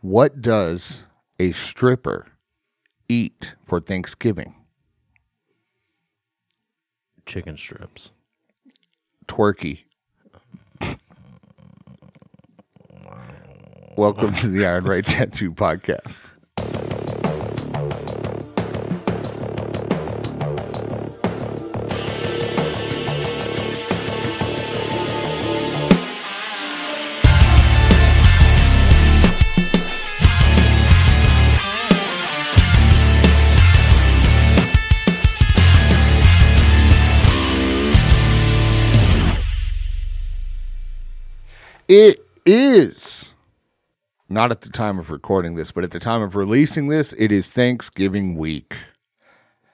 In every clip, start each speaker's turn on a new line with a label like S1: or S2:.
S1: What does a stripper eat for Thanksgiving?
S2: Chicken strips.
S1: Twerky. Welcome to the Iron Right Tattoo Podcast. It is not at the time of recording this, but at the time of releasing this, it is Thanksgiving week.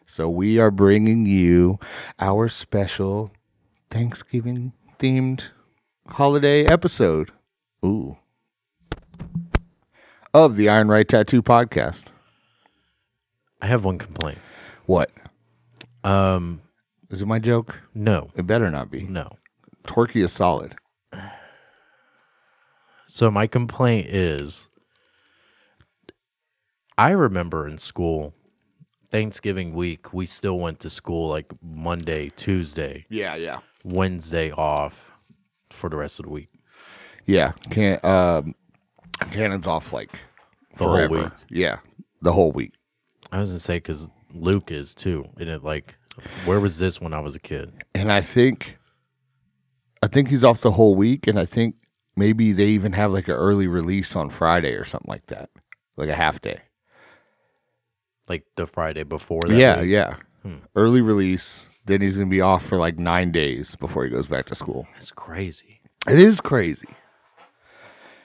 S1: So we are bringing you our special Thanksgiving themed holiday episode. Ooh. Of the Iron Right Tattoo podcast.
S2: I have one complaint.
S1: What?
S2: Um,
S1: Is it my joke?
S2: no,
S1: It better not be.
S2: no.
S1: Torquay is solid.
S2: So my complaint is, I remember in school, Thanksgiving week, we still went to school like Monday, Tuesday,
S1: Yeah, yeah.
S2: Wednesday off for the rest of the week,
S1: Yeah, can um, cannons off like
S2: the whole
S1: forever.
S2: week.
S1: Yeah, the whole week.
S2: I was gonna say because Luke is too, and it like, where was this when I was a kid?
S1: And I think, I think he's off the whole week, and I think maybe they even have like an early release on Friday or something like that, like a half day.
S2: Like the Friday before that.
S1: yeah,
S2: week?
S1: yeah,
S2: Hmm.
S1: early release. Then he's gonna be off for like nine days before he goes back to school.
S2: that's crazy.
S1: It is crazy.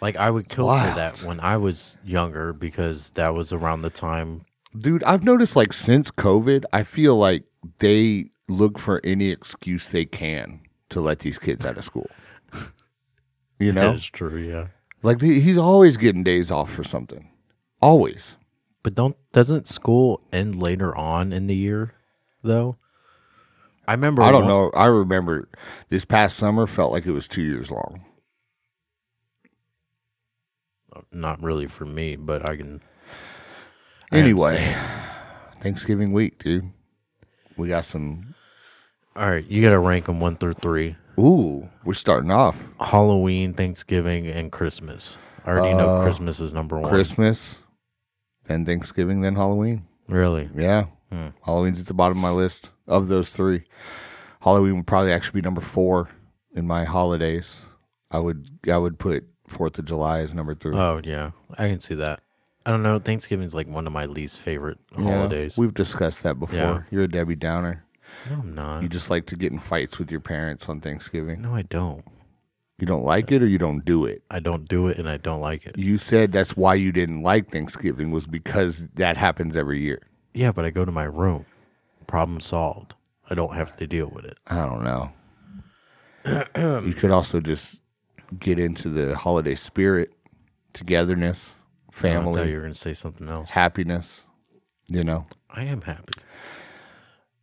S2: Like I would kill
S1: Wild.
S2: for that when I was younger because that was around the time
S1: Dude, I've noticed like since COVID, I feel like they look for any excuse they can to let these kids out of school. You know,
S2: That's true, yeah.
S1: like the, he's always getting days off for something, always.
S2: But don't doesn't school end later on in the year though? I remember
S1: I don't
S2: one-
S1: know. I remember this past summer felt like it was two years long.
S2: not really for me, but I can I
S1: Anyway, Thanksgiving week, dude. We got some.
S2: All right, you got to rank them 1 through 3.
S1: Ooh, we're starting off
S2: Halloween, Thanksgiving, and Christmas. I already know
S1: Uh,
S2: Christmas is number 1.
S1: Christmas, then Thanksgiving, then Halloween.
S2: Really?
S1: Yeah.
S2: Hmm.
S1: Halloween's at the bottom of my list of those three. Halloween would probably actually be number four in my holidays. I would I would put Fourth of July as number three.
S2: Oh, yeah. I can see that. I don't know. Thanksgiving's like one of my least favorite
S1: Yeah,
S2: holidays.
S1: We've discussed that before.
S2: Yeah.
S1: You're a Debbie Downer.
S2: no, I'm not.
S1: You just like to get in fights with your parents on Thanksgiving.
S2: no, I don't.
S1: You don't like it or you don't do it.
S2: I don't do it and I don't like it.
S1: You said that's why you didn't like Thanksgiving was because that happens every year.
S2: Yeah, but I go to my room. Problem solved. I don't have to deal with it.
S1: I don't know. you could also just get into the holiday spirit, togetherness,
S2: I thought
S1: family,
S2: you were going to say something else.
S1: happiness. You know,
S2: I am happy.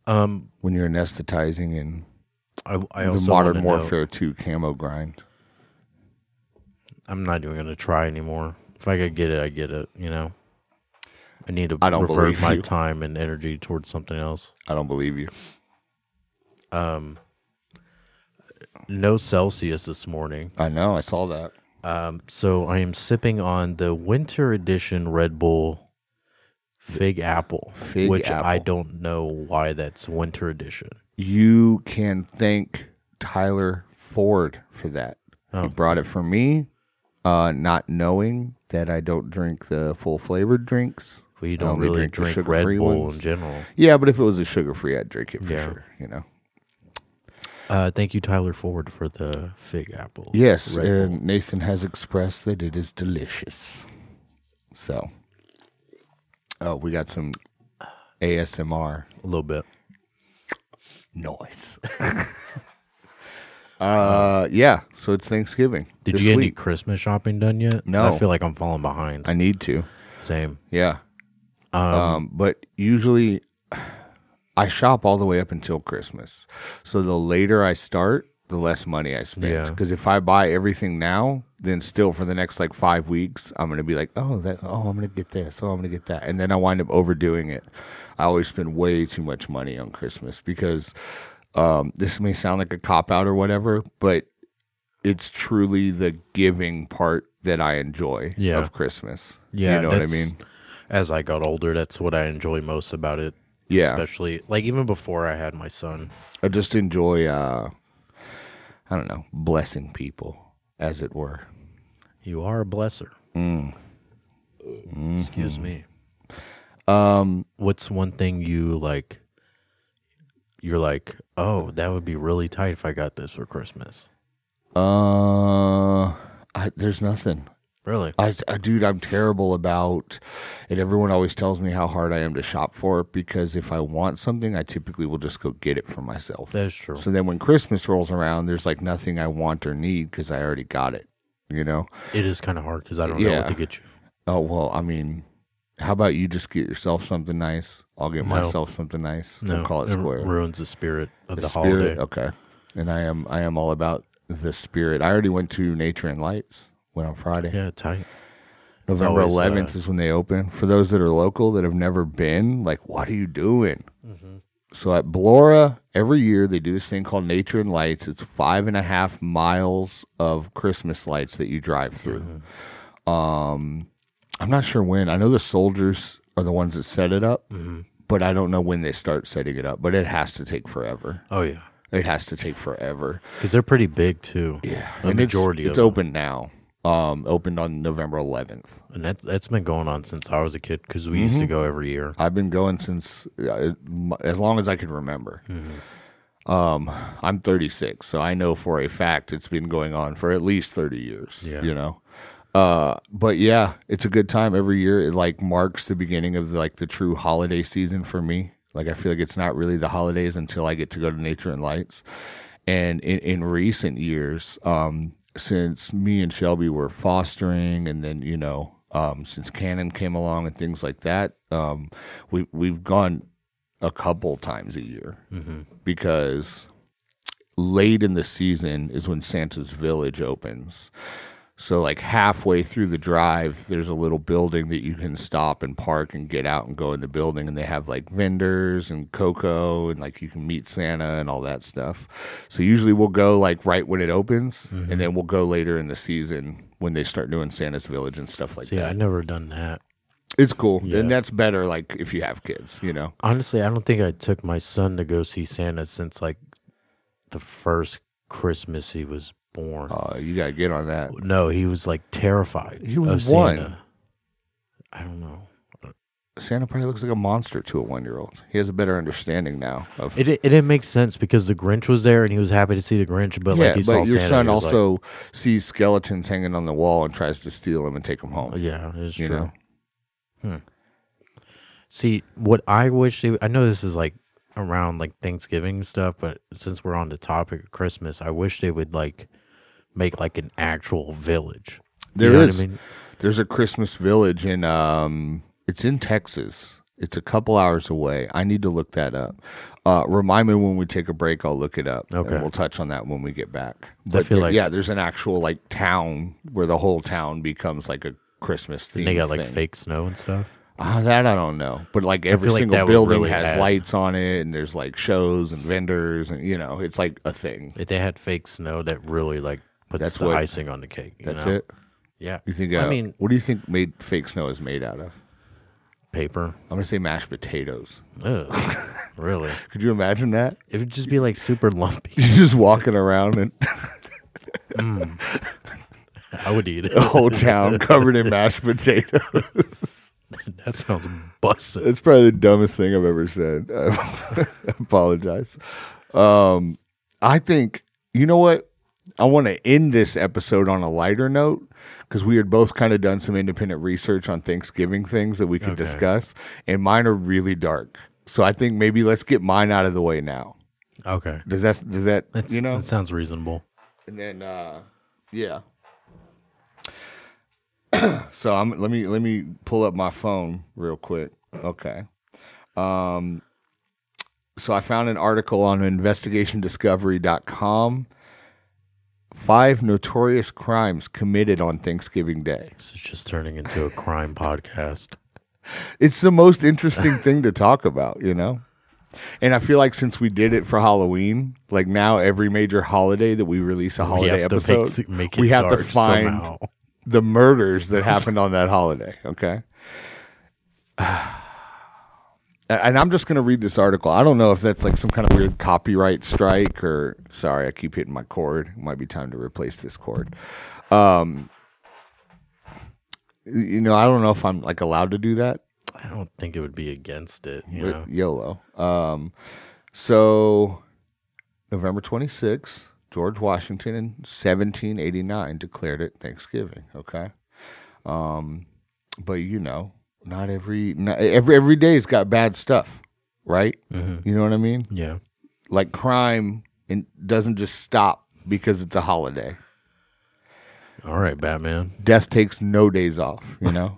S2: Um,
S1: when you're anesthetizing and
S2: I, I
S1: the
S2: also
S1: Modern
S2: wanna know-
S1: Warfare 2 camo grind.
S2: I'm not even going to try anymore. If I could get it, I get it. You know, I need to
S1: I don't
S2: revert
S1: believe
S2: my
S1: you.
S2: time and energy towards something else.
S1: I don't believe you.
S2: Um, no Celsius this morning.
S1: I know. I saw that.
S2: Um, so I am sipping on the winter edition Red Bull Fig Apple,
S1: Fig
S2: which I
S1: Apple.
S2: don't know why that's winter edition.
S1: You can thank Tyler Ford for that. He
S2: Oh.
S1: brought it for me, uh, not knowing that I don't drink the full flavored drinks.
S2: We
S1: I
S2: don't
S1: only
S2: really
S1: drink the
S2: drink, Red
S1: sugar-free
S2: Bull
S1: ones.
S2: in general.
S1: Yeah, but if it was a sugar free, I'd drink it for
S2: Yeah.
S1: sure. You know.
S2: Uh, thank you, Tyler Ford, for the Fig Apple.
S1: Yes,
S2: Red
S1: and Nathan has expressed that it is delicious. So, oh, we got some ASMR
S2: Bull. a little bit.
S1: noise. uh, yeah. So it's Thanksgiving.
S2: Did
S1: this
S2: you get any
S1: week.
S2: Christmas shopping done yet?
S1: No.
S2: I feel like I'm falling behind.
S1: I need to.
S2: Same.
S1: Yeah.
S2: Um,
S1: Um, but usually I shop all the way up until Christmas. So the later I start, the less money I spend.
S2: Yeah.
S1: Because if I buy everything now, then still for the next like five weeks, I'm gonna be like, oh, that, oh, I'm gonna get this, oh, I'm gonna get that, and then I wind up overdoing it. I always spend way too much money on Christmas because um, this may sound like a cop out or whatever, but it's truly the giving part that I enjoy
S2: Yeah.
S1: of Christmas.
S2: Yeah,
S1: you know what I
S2: that's-
S1: mean.
S2: As I got older, that's what I enjoy most about it.
S1: Yeah.
S2: especially like even before I had my son.
S1: I just enjoy, uh, I don't know, blessing people, as it were.
S2: You are a blesser.
S1: Mm.
S2: Excuse
S1: Mm-hmm.
S2: me. Um, what's one thing you like? You're like, oh, that would be really tight if I got this for Christmas.
S1: Uh, I, there's nothing.
S2: Really?
S1: I, I, dude, I'm terrible about, and everyone always tells me how hard I am to shop for because if I want something, I typically will just go get it for myself.
S2: that is true.
S1: So then when Christmas rolls around, there's like nothing I want or need because I already got it, you know?
S2: It is kind of hard because I don't know
S1: Yeah.
S2: what to get you.
S1: Oh, well, I mean, how about you just get yourself something nice? I'll get
S2: No.
S1: myself something nice.
S2: No,
S1: we'll call it
S2: ru-
S1: square.
S2: ruins the spirit of the,
S1: spirit.
S2: holiday.
S1: Okay. And I am I am all about the spirit. I already went to Nature and Lights. Went on Friday.
S2: Yeah, tight.
S1: November
S2: always,
S1: 11th
S2: uh,
S1: is when they open. For those that are local that have never been, like, what are you doing?
S2: Mm-hmm.
S1: So at Blora, every year they do this thing called Nature and Lights. It's five and a half miles of Christmas lights that you drive through.
S2: Mm-hmm.
S1: Um, I'm not sure when. I know the soldiers are the ones that set it up,
S2: Mm-hmm.
S1: but I don't know when they start setting it up. But it has to take forever.
S2: Oh yeah,
S1: It has to take forever.
S2: because they're pretty big too.
S1: Yeah,
S2: the
S1: and
S2: majority
S1: It's,
S2: of
S1: it's open now. Um, opened on November 11th.
S2: and that that's been going on since I was a kid because we
S1: Mm-hmm.
S2: used to go every year.
S1: I've been going since uh, as- as long as I can remember.
S2: Mm-hmm.
S1: Um, I'm 36, so I know for a fact it's been going on for at least 30 years.
S2: Yeah.
S1: You know. Uh, but yeah, it's a good time every year. It like marks the beginning of like the true holiday season for me. Like I feel like it's not really the holidays until I get to go to Nature and Lights. And in, in recent years, um, since me and Shelby were fostering, and then you know, um, since Canon came along and things like that, um, we we've gone a couple times a year because late in the season is when Santa's Village opens. So like halfway through the drive, there's a little building that you can stop and park and get out and go in the building, and they have like vendors and cocoa and like you can meet Santa and all that stuff. So usually we'll go like right when it opens,
S2: Mm-hmm.
S1: and then we'll go later in the season when they start doing Santa's Village and stuff like
S2: Yeah, I
S1: that.
S2: never done that.
S1: It's cool,
S2: Yeah.
S1: and that's better like if you have kids, you know.
S2: Honestly, I don't think I took my son to go see Santa since like the first Christmas he was born.
S1: Uh, you gotta get on that.
S2: no, he was like terrified.
S1: He was
S2: of
S1: one.
S2: Santa. I don't know.
S1: Santa probably looks like a monster to a one year old. He has a better understanding now of
S2: It, it didn't make sense because the Grinch was there and he was happy to see the Grinch, but
S1: yeah,
S2: like he
S1: but
S2: saw
S1: your
S2: Santa,
S1: son
S2: he was
S1: also sees skeletons hanging on the wall and tries to steal them and take them
S2: like,
S1: home.
S2: Oh, yeah, it's
S1: you
S2: true.
S1: know?
S2: See, what I wish they, I know this is like around like Thanksgiving stuff, but since we're on the topic of Christmas, I wish they would like make like an actual village.
S1: There
S2: you know
S1: is.
S2: What I mean?
S1: There's a Christmas village in um, it's in Texas. It's a couple hours away. I need to look that up. Uh, remind me when we take a break. I'll look it up. and
S2: Okay.
S1: we'll touch on that when we get back.
S2: I feel
S1: there-
S2: like-
S1: yeah, there's an actual like town where the whole town becomes like a Christmas thing.
S2: And they got like
S1: thing.
S2: fake snow and stuff.
S1: Uh, that I don't know, but like every
S2: feel like
S1: single
S2: that would
S1: building
S2: really
S1: has
S2: add-
S1: lights on it, and there's like shows and vendors, and you know, it's like a thing.
S2: If they had fake snow, that really like puts
S1: That's
S2: the
S1: what-
S2: icing on the cake. you
S1: That's
S2: know?
S1: it.
S2: Yeah.
S1: You think?
S2: I
S1: uh,
S2: mean,
S1: what do you think made fake snow is made out of?
S2: paper.
S1: I'm gonna say mashed potatoes.
S2: Ugh. really?
S1: Could you imagine that?
S2: It would just be like super lumpy.
S1: You're just walking around and
S2: I would eat
S1: the
S2: it.
S1: whole town covered in mashed potatoes.
S2: that sounds busted.
S1: That's probably the dumbest thing I've ever said. I apologize. Um, I think you know what. I want to end this episode on a lighter note because we had both kind of done some independent research on Thanksgiving things that we could
S2: Okay.
S1: discuss, and mine are really dark. So I think maybe let's get mine out of the way now.
S2: Okay.
S1: Does that? Does that?
S2: That's,
S1: you know?
S2: that sounds reasonable.
S1: and then uh yeah so i'm let me let me pull up my phone real quick okay um so i found an article on investigationdiscovery.com five notorious crimes committed on Thanksgiving Day.
S2: This is just turning into a crime podcast.
S1: It's the most interesting thing to talk about, you know? And I feel like since we did it for Halloween, like now every major holiday that we release a holiday
S2: have to make
S1: episode,
S2: s- make it
S1: we have to
S2: dark
S1: find
S2: somehow.
S1: the murders that happened on that holiday. Okay. And I'm just going to read this article. I don't know if that's like some kind of weird copyright strike or sorry, I keep hitting my cord. It might be time to replace this cord. Um, you know, I don't know if I'm like allowed to do that.
S2: I don't think it would be against it. You
S1: But
S2: know?
S1: YOLO. Um, so November 26th, George Washington in 1789 declared it Thanksgiving. Okay. Um, but you know, not every, not, every, every day's got bad stuff, right? You know what I mean?
S2: Yeah.
S1: Like crime in, doesn't just stop because it's a holiday.
S2: All right, Batman.
S1: Death takes no days off, you know?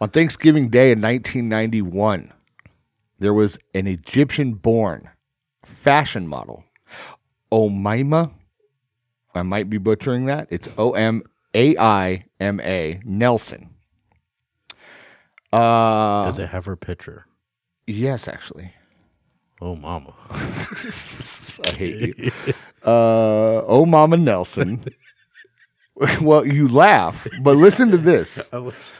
S1: On Thanksgiving Day in 1991, there was an Egyptian born fashion model, Omaima. I might be butchering that. It's O M A I M A Nelson. Uh,
S2: Does it have her picture?
S1: yes, actually.
S2: Oh, mama.
S1: I hate you. Uh, oh, Mama Nelson. well, you laugh, but listen to this.
S2: I was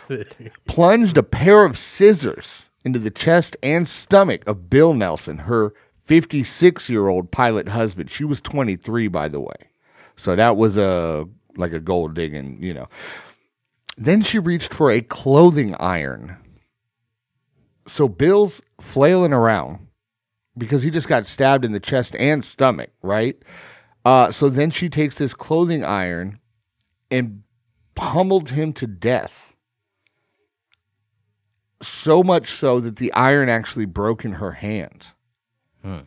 S1: plunged a pair of scissors into the chest and stomach of Bill Nelson, her 56 year old pilot husband. She was 23, by the way. So that was a like a gold digging, you know. Then she reached for a clothing iron. So Bill's flailing around because he just got stabbed in the chest and stomach, right? Uh, so then she takes this clothing iron and pummeled him to death so much so that the iron actually broke in her hand.
S2: Hmm.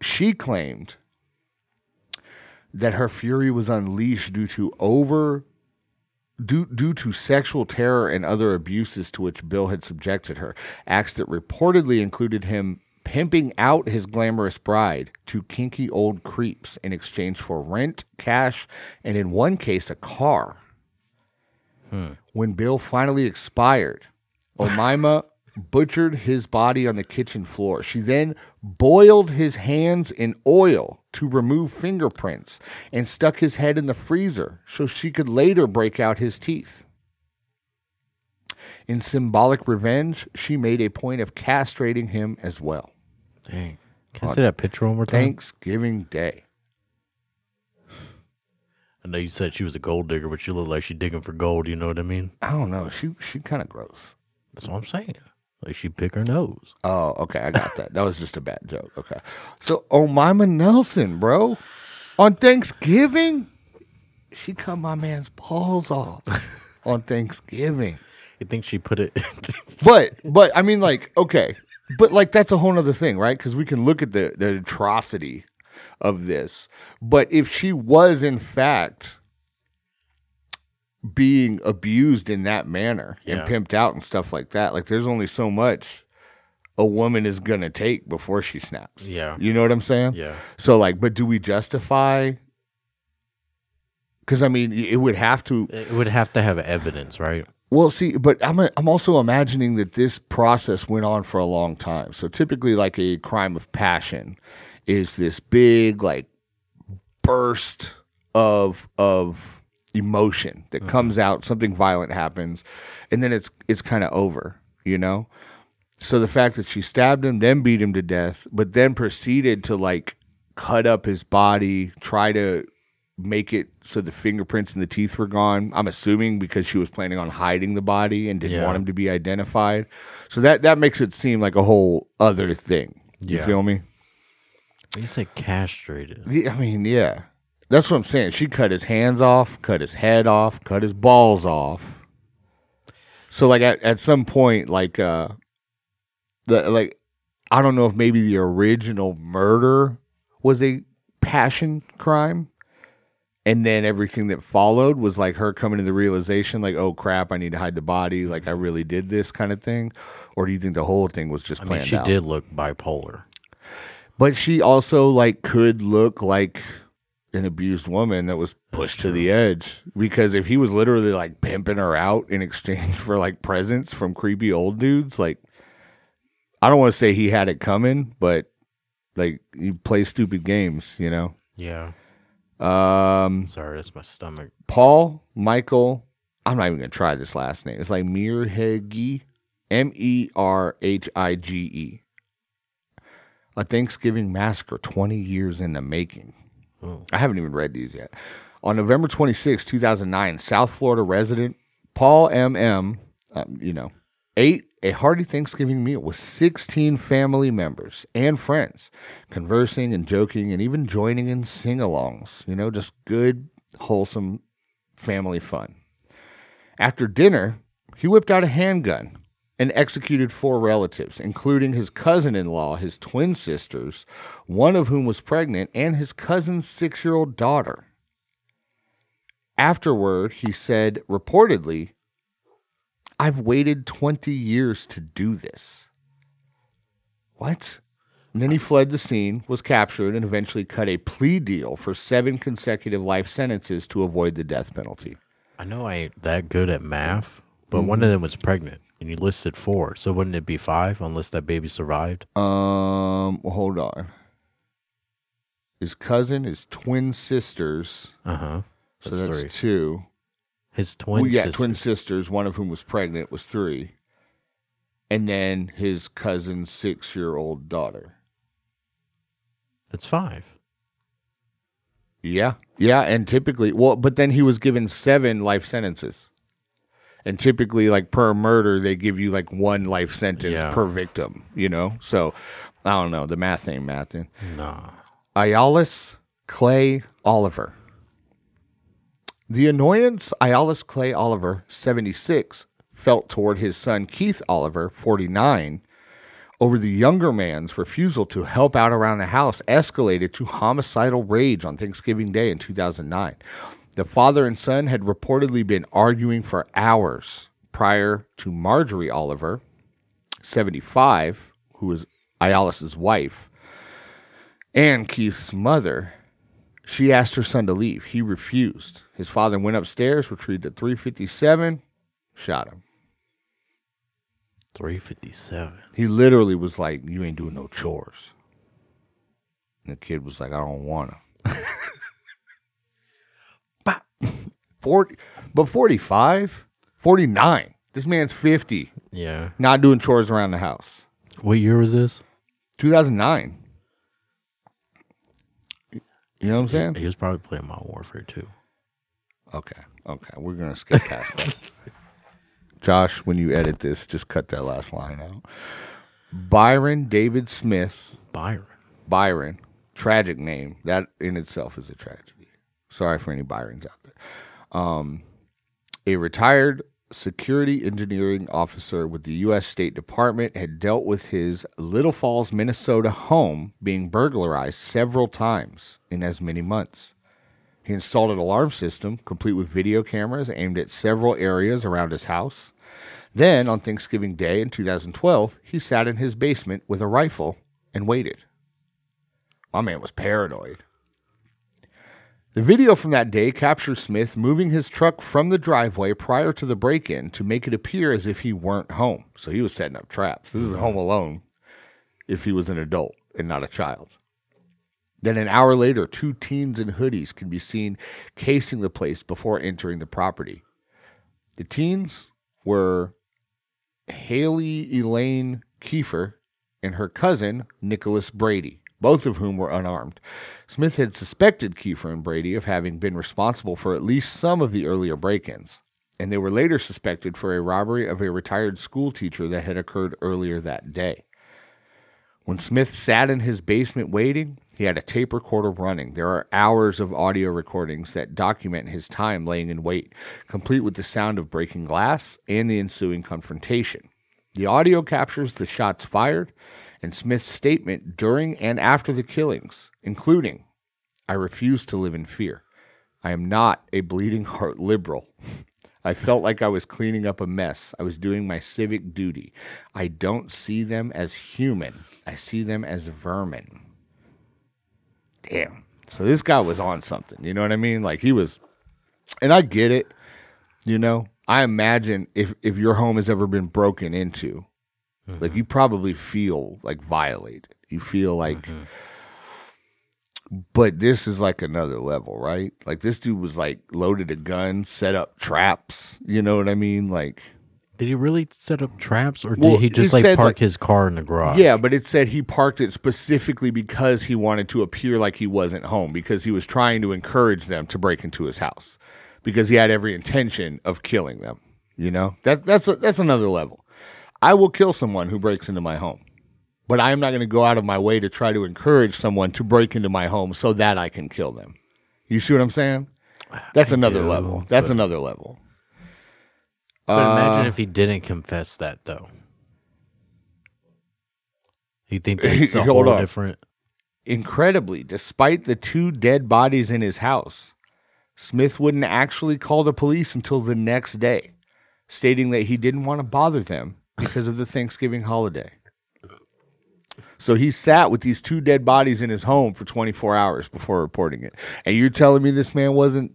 S1: She claimed that her fury was unleashed due to over due, due to sexual terror and other abuses to which Bill had subjected her, acts that reportedly included him pimping out his glamorous bride to kinky old creeps in exchange for rent, cash, and in one case a car when Bill finally expired, Omaima butchered his body on the kitchen floor. She then boiled his hands in oil to remove fingerprints and stuck his head in the freezer so she could later break out his teeth. In symbolic revenge, she made a point of castrating him as well.
S2: Dang. Can I see that picture one more time?
S1: Thanksgiving Day.
S2: I know you said she was a gold digger, but she looked like she digging for gold. You know what I mean?
S1: I don't know. She she kind of gross.
S2: That's what I'm saying. Like she pick her nose.
S1: Oh, okay. I got that. That was just a bad joke. Okay. So, oh, Mima Nelson, bro, on Thanksgiving, she cut my man's balls off on Thanksgiving.
S2: You think she put it?
S1: But, but I mean, like, okay. But, like, that's a whole other thing, right? Because we can look at the, the atrocity of this. But if she was, in fact, being abused in that manner
S2: Yeah.
S1: and pimped out and stuff like that, like, there's only so much a woman is going to take before she snaps.
S2: Yeah.
S1: You know what I'm saying?
S2: yeah.
S1: So, like, but do we justify? Because, I mean, y- it would have to.
S2: It would have to have evidence, right?
S1: Well, see, but I'm i I'm also imagining that this process went on for a long time. So typically, like a crime of passion, is this big like burst of of emotion
S2: Mm-hmm.
S1: that comes out. Something violent happens, and then it's it's kind of over. You know. So the fact that she stabbed him, then beat him to death, but then proceeded to like cut up his body, try to make it so the fingerprints and the teeth were gone. I'm assuming because she was planning on hiding the body and didn't
S2: Yeah.
S1: want him to be identified. So that that makes it seem like a whole other thing. You
S2: Yeah.
S1: feel me?
S2: You said castrated.
S1: Yeah, I mean, yeah. That's what I'm saying. She cut his hands off, cut his head off, cut his balls off. So like at, at some point, like uh the like I don't know if maybe the original murder was a passion crime. And then everything that followed was like her coming to the realization, like, oh crap, I need to hide the body, like I really did this kind of thing. Or do you think the whole thing was just
S2: I
S1: planned
S2: mean, she
S1: out?
S2: did look bipolar.
S1: But she also like could look like an abused woman that was pushed to the edge because if he was literally like pimping her out in exchange for like presents from creepy old dudes, like I don't want to say he had it coming, but like you play stupid games, you know.
S2: Yeah.
S1: Um,
S2: Sorry, that's my stomach.
S1: Paul Michael. I'm not even gonna try this last name. It's like Mirhegi, M E R H I G E. A Thanksgiving Massacre, 20 years in the making.
S2: Oh.
S1: I haven't even read these yet. On November 26, 2009, South Florida resident Paul M.M., um, you know, ate a hearty Thanksgiving meal with 16 family members and friends, conversing and joking and even joining in sing alongs, you know, just good, wholesome family fun. After dinner, he whipped out a handgun and executed four relatives, including his cousin in law, his twin sisters, one of whom was pregnant, and his cousin's six year old daughter. Afterward, he said reportedly, I've waited 20 years to do this. What? And then he fled the scene, was captured, and eventually cut a plea deal for seven consecutive life sentences to avoid the death penalty.
S2: I know I ain't that good at math, but one
S1: Mm-hmm.
S2: of them was pregnant, and you listed four. So wouldn't it be five unless that baby survived?
S1: Um, well, hold on. His cousin, his twin sisters.
S2: Uh huh.
S1: So
S2: That's
S1: that's
S2: three.
S1: two.
S2: His twin.
S1: Well, yeah,
S2: sister-
S1: twin sisters. One of whom was pregnant was three, and then his cousin's six-year-old daughter.
S2: That's five.
S1: Yeah, yeah, and typically, well, but then he was given seven life sentences, and typically, like per murder, they give you like one life sentence
S2: Yeah.
S1: per victim. You know, so I don't know. The math ain't mathing.
S2: Nah.
S1: Ialis Clay Oliver. The annoyance Ialis Clay Oliver, 76, felt toward his son Keith Oliver, 49, over the younger man's refusal to help out around the house escalated to homicidal rage on Thanksgiving Day in 2009. The father and son had reportedly been arguing for hours prior to Marjorie Oliver, 75, who was Ialis' wife, and Keith's mother. She asked her son to leave. He refused. His father went upstairs, retrieved a 357, shot him.
S2: 357.
S1: He literally was like, You ain't doing no chores. And the kid was like, I don't want to.
S2: Bah.
S1: 40, but 45, 49. This man's 50,
S2: Yeah.
S1: not doing chores around the house.
S2: What year was this?
S1: 2009. You know what I'm saying?
S2: He was probably playing Modern Warfare 2.
S1: Okay. Okay. We're going to skip past that. Josh, when you edit this, just cut that last line out. Byron David Smith,
S2: Byron.
S1: Byron, tragic name. That in itself is a tragedy. Sorry for any Byrons out there. Um, a retired security engineering officer with the U.S. State Department had dealt with his Little Falls, Minnesota home being burglarized several times in as many months. He installed an alarm system complete with video cameras aimed at several areas around his house. Then, on Thanksgiving Day in 2012, he sat in his basement with a rifle and waited. My man was paranoid. The video from that day captures Smith moving his truck from the driveway prior to the break in to make it appear as if he weren't home. So he was setting up traps. This is home alone if he was an adult and not a child. Then an hour later, two teens in hoodies can be seen casing the place before entering the property. The teens were Haley Elaine Kiefer and her cousin, Nicholas Brady, both of whom were unarmed. Smith had suspected Kiefer and Brady of having been responsible for at least some of the earlier break ins, and they were later suspected for a robbery of a retired school teacher that had occurred earlier that day. When Smith sat in his basement waiting, he had a tape recorder running. There are hours of audio recordings that document his time laying in wait, complete with the sound of breaking glass and the ensuing confrontation. The audio captures the shots fired and Smith's statement during and after the killings, including I refuse to live in fear. I am not a bleeding heart liberal. I felt like I was cleaning up a mess. I was doing my civic duty. I don't see them as human. I see them as vermin. damn. So this guy was on something. You know what I mean? Like he was, and I get it. You know, I imagine if if your home has ever been broken into, like you probably feel like violated. You feel like. But this is like another level, right? Like this dude was like loaded a gun, set up traps. You know what I mean? Like
S2: Did he really set up traps, or did
S1: Well,
S2: he just
S1: he
S2: like
S1: said,
S2: park
S1: like-
S2: his car in the garage?
S1: Yeah, but it said he parked it specifically because he wanted to appear like he wasn't home because he was trying to encourage them to break into his house because he had every intention of killing them. You know that that's that's another level. I will kill someone who breaks into my home, but I am not going to go out of my way to try to encourage someone to break into my home so that I can kill them. You see what I'm saying? That's another
S2: do,
S1: level. That's another level.
S2: But
S1: uh,
S2: imagine if he didn't confess that, though. You think that's a
S1: Hold
S2: whole
S1: on.
S2: different?
S1: Incredibly, despite the two dead bodies in his house, Smith wouldn't actually call the police until the next day, stating that he didn't want to bother them because of the Thanksgiving holiday. So he sat with these two dead bodies in his home for 24 hours before reporting it. And you're telling me this man wasn't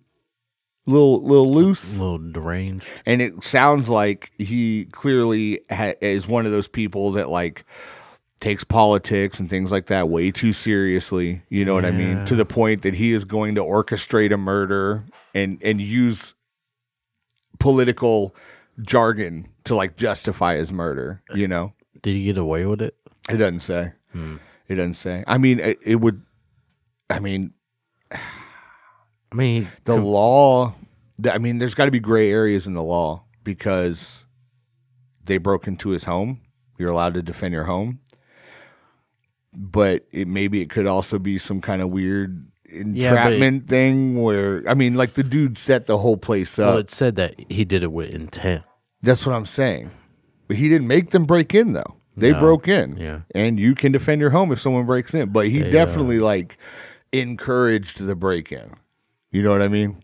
S1: little little loose?
S2: little deranged.
S1: and it sounds like he clearly ha- is one of those people that like takes politics and things like that way too seriously you know what i mean
S2: Yeah.
S1: to the point that he is going to orchestrate a murder and and use political jargon to like justify his murder you know
S2: Did he get away with it?
S1: it doesn't say it doesn't say i mean it, it would i mean
S2: I mean, he-
S1: the law th- i mean there's got to be gray areas in the law because they broke into his home you're allowed to defend your home but it maybe it could also be some kind of weird
S2: Yeah, but it-
S1: entrapment thing where i mean like the dude set the whole place up
S2: well, it said that he did it with intent.
S1: that's what i'm saying but he didn't make them break in though they
S2: No.
S1: broke in
S2: Yeah.
S1: and you can defend your home if someone breaks in but he
S2: They, uh,
S1: definitely like encouraged the break in you know what i mean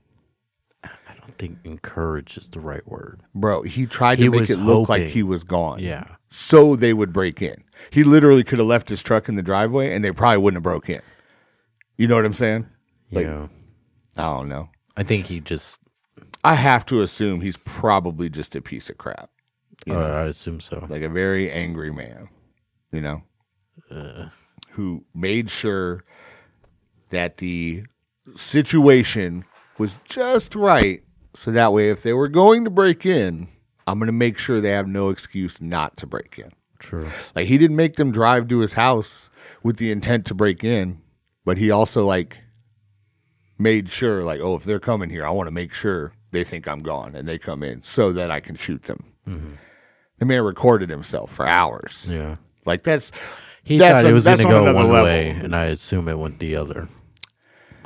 S2: I don't think encourage is the right word.
S1: Bro, he tried
S2: He
S1: to make
S2: was
S1: it look like
S2: hoping.
S1: he was gone.
S2: Yeah.
S1: So they would break in. He literally could have left his truck in the driveway and they probably wouldn't have broke in. You know what I'm saying? Like-
S2: yeah.
S1: I don't know.
S2: I think he just,
S1: I have to assume he's probably just a piece of crap. You
S2: uh,
S1: know,
S2: I assume so.
S1: like a very angry man, you know, who made sure that the situation was just right. So that way, if they were going to break in, I'm going to make sure they have no excuse not to break in.
S2: True.
S1: Like he didn't make them drive to his house with the intent to break in, but he also like made sure like, oh, if they're coming here, I want to make sure they think I'm gone and they come in so that I can shoot them. The man recorded himself for hours.
S2: Mm-hmm. Yeah.
S1: Like that's
S2: He
S1: That's
S2: thought
S1: a-
S2: it was going to
S1: that's on
S2: go
S1: another
S2: one
S1: level.
S2: way, and I assume it went the other.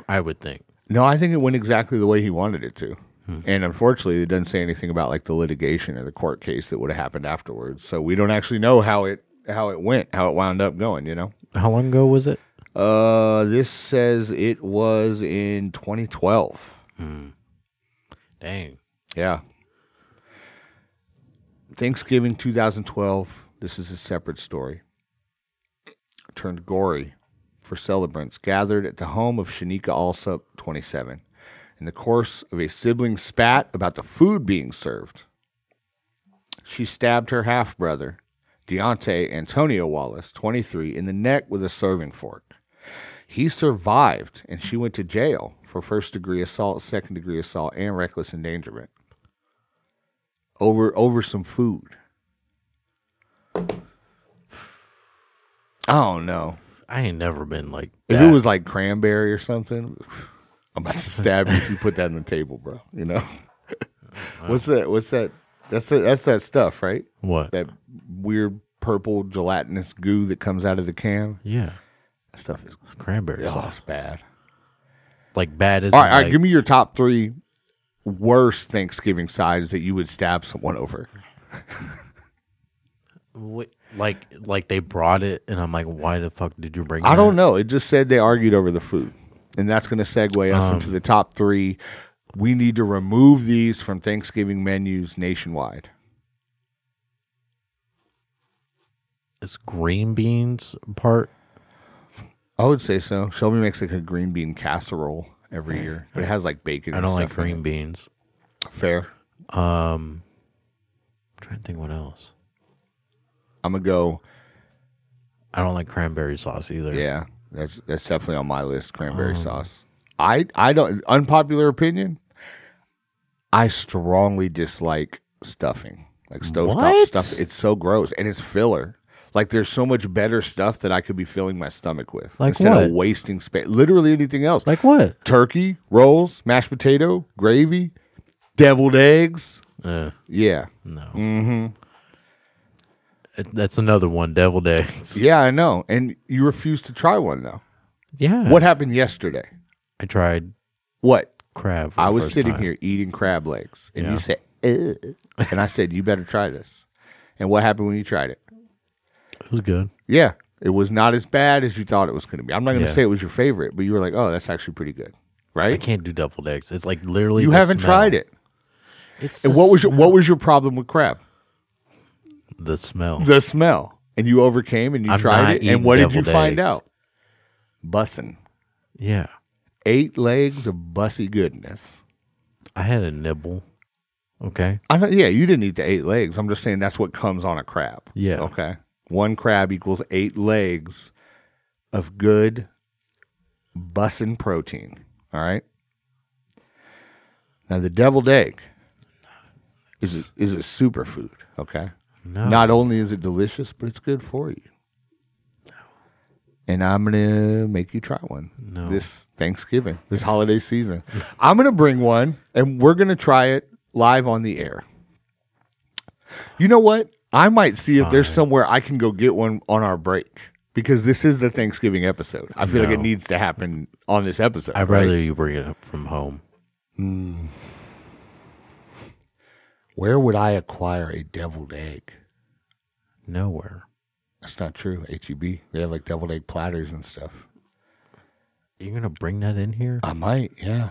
S2: I would think.
S1: no, I think it went exactly the way he wanted it to.
S2: Hmm.
S1: And unfortunately, it doesn't say anything about like the litigation or the court case that would have happened afterwards. So we don't actually know how it how it went, how it wound up going, you know?
S2: How long ago was it?
S1: Uh, this says it was in 2012.
S2: Dang.
S1: Yeah. Thanksgiving 2012. This is a separate story. Turned gory for celebrants gathered at the home of Shanika Alsop, 27, in the course of a sibling spat about the food being served. She stabbed her half brother, Deontay Antonio Wallace, 23, in the neck with a serving fork. He survived, and she went to jail for first degree assault, second degree assault, and reckless endangerment over over some food. I don't know.
S2: I ain't never been like
S1: If it
S2: that.
S1: was like cranberry or something, I'm about to stab you if you put that on the table, bro. You know, what's that? What's that? That's the, that's that stuff, right?
S2: what?
S1: That weird purple gelatinous goo that comes out of the can.
S2: yeah.
S1: That stuff is
S2: Cranberry
S1: oh,
S2: sauce.
S1: it's bad.
S2: Like bad as
S1: All right, all right,
S2: like,
S1: give me your top three worst Thanksgiving sides that you would stab someone over.
S2: What, like like they brought it, and I'm like, why the fuck did you bring?
S1: I don't
S2: that?
S1: know. It just said they argued over the food. And that's going to segue
S2: Um.
S1: us into the top three. We need to remove these from Thanksgiving menus nationwide.
S2: It's green beans part.
S1: I would say so. Shelby makes like a green bean casserole every year, but it has like bacon.
S2: I
S1: and
S2: don't like
S1: stuff in
S2: green beans.
S1: it. Fair.
S2: Um, I'm trying to think what else.
S1: I'm gonna go.
S2: I don't like cranberry sauce either.
S1: Yeah, that's that's definitely on my list.
S2: Um,
S1: Cranberry sauce. I I don't unpopular opinion. I strongly dislike stuffing, like stovetop
S2: What?
S1: stuff. It's so gross and it's filler. Like there's so much better stuff that I could be filling my stomach with
S2: Like
S1: instead of
S2: what?
S1: wasting space. Literally anything else.
S2: Like what?
S1: turkey, rolls, mashed potato, gravy, deviled eggs.
S2: Uh,
S1: Yeah.
S2: no. Mm-hmm. That's another one. Deviled eggs.
S1: Yeah, I know. And you refuse to try one though.
S2: Yeah.
S1: What happened yesterday?
S2: I tried
S1: What?
S2: crab. for
S1: I
S2: the
S1: was
S2: first
S1: sitting
S2: time.
S1: here eating crab legs and
S2: Yeah.
S1: you said, Ugh. and I said, you better try this. And what happened when you tried it?
S2: It was good.
S1: Yeah, it was not as bad as you thought it was going to be. I'm not going to
S2: Yeah.
S1: say it was your favorite, but you were like, oh, that's actually pretty good.
S2: I
S1: Right?
S2: can't do deviled eggs. It's like literally.
S1: You
S2: the
S1: haven't
S2: smell.
S1: tried it.
S2: It's
S1: And
S2: the
S1: what was your
S2: smell.
S1: what was your problem with crab?
S2: the smell?
S1: the smell and you overcame and you
S2: I'm not
S1: tried it
S2: eating
S1: and what did you
S2: deviled
S1: find
S2: eggs.
S1: out bussin
S2: Yeah,
S1: eight legs of bussy goodness
S2: I had a nibble. Okay,
S1: I know, yeah you didn't eat the eight legs i'm just saying that's what comes on a crab
S2: Yeah.
S1: okay one crab equals eight legs of good bussin protein all right now the deviled egg is a, is a superfood okay
S2: no,
S1: Not only is it delicious, but it's good for you. And I'm gonna make you try one
S2: No.
S1: this Thanksgiving, this holiday season. I'm gonna bring one, and we're gonna try it live on the air. You know what? I might see if there's somewhere I can go get one on our break because this is the Thanksgiving episode. I feel like it
S2: No.
S1: needs to happen on this episode.
S2: I'd
S1: right?
S2: rather you bring it up from home.
S1: Where would I acquire a deviled egg?
S2: Nowhere.
S1: That's not true. HEB they have like deviled egg platters and stuff.
S2: You're gonna bring that in here?
S1: I might, yeah.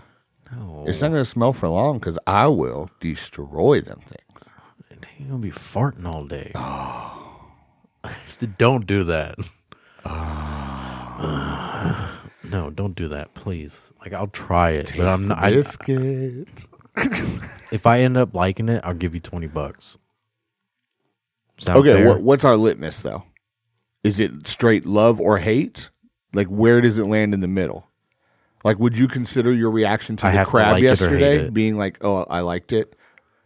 S2: No,
S1: It's not going to smell for long because I will destroy them things.
S2: you're gonna be farting all day.
S1: Oh.
S2: don't do that.
S1: Oh.
S2: no, don't do that, please. Like I'll try it, but I'm not. I,
S1: Biscuit.
S2: if I end up liking it, I'll give you twenty bucks. Sound
S1: okay,
S2: fair?
S1: what, what's our litmus though? Is it straight love or hate? Like, where does it land in the middle? Like, would you consider your reaction to
S2: I
S1: the
S2: have to
S1: crab
S2: like it or hate
S1: yesterday
S2: it.
S1: being like, "Oh, I liked it"?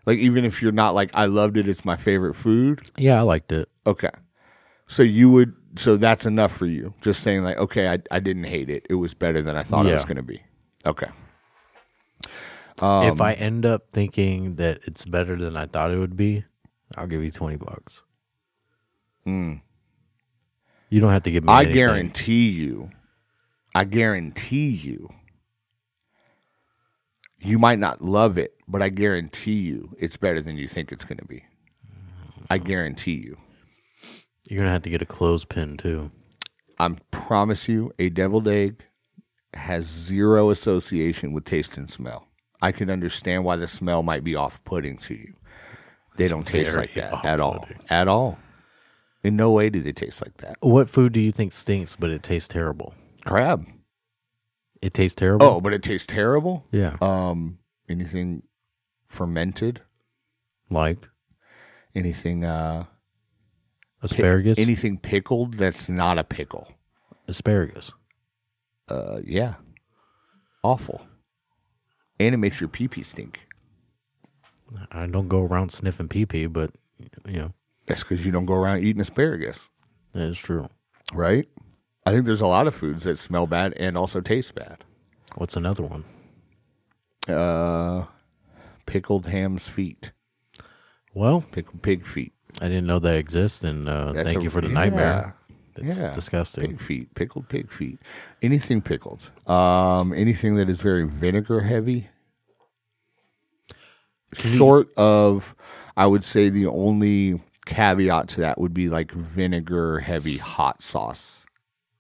S1: Like, even if you're not like, "I loved it," it's my favorite food.
S2: Yeah, I liked it.
S1: Okay, so you would, so that's enough for you. Just saying, like, okay, I, I didn't hate it. It was better than I thought it
S2: Yeah.
S1: was going to be. Okay,
S2: if I
S1: um,
S2: end up thinking that it's better than I thought it would be, I'll give you twenty bucks. You don't have to give me.
S1: Hmm. I
S2: anything.
S1: guarantee you, I guarantee you, you might not love it, but I guarantee you it's better than you think it's going to be. I guarantee you.
S2: you're gonna have to get a clothespin too.
S1: I promise you, a deviled egg has zero association with taste and smell. I can understand why the smell might be off putting to you. They don't taste
S2: very
S1: like that at all. At all. In no way do they taste like that.
S2: What food do you think stinks but it tastes terrible?
S1: Crab.
S2: It tastes terrible.
S1: Oh, but it tastes terrible?
S2: yeah,
S1: Um, anything fermented?
S2: like
S1: Anything? uh
S2: asparagus.
S1: Anything pickled that's not a pickle?
S2: asparagus.
S1: Uh, yeah, awful. And it makes your pee pee stink.
S2: I don't go around sniffing pee pee, but you know
S1: That's because you don't go around eating asparagus,
S2: that is true.
S1: right? I think there's a lot of foods that smell bad and also taste bad.
S2: What's another one?
S1: Uh, pickled ham's feet,
S2: Well,
S1: pickled pig feet,
S2: I didn't know that exists, and uh,
S1: That's
S2: thank
S1: a-
S2: you for the
S1: yeah.
S2: nightmare. It's
S1: Yeah.
S2: disgusting.
S1: pig feet, pickled pig feet, anything pickled. Um, anything that is very vinegar heavy, short of i would say the only caveat to that would be like vinegar heavy hot sauce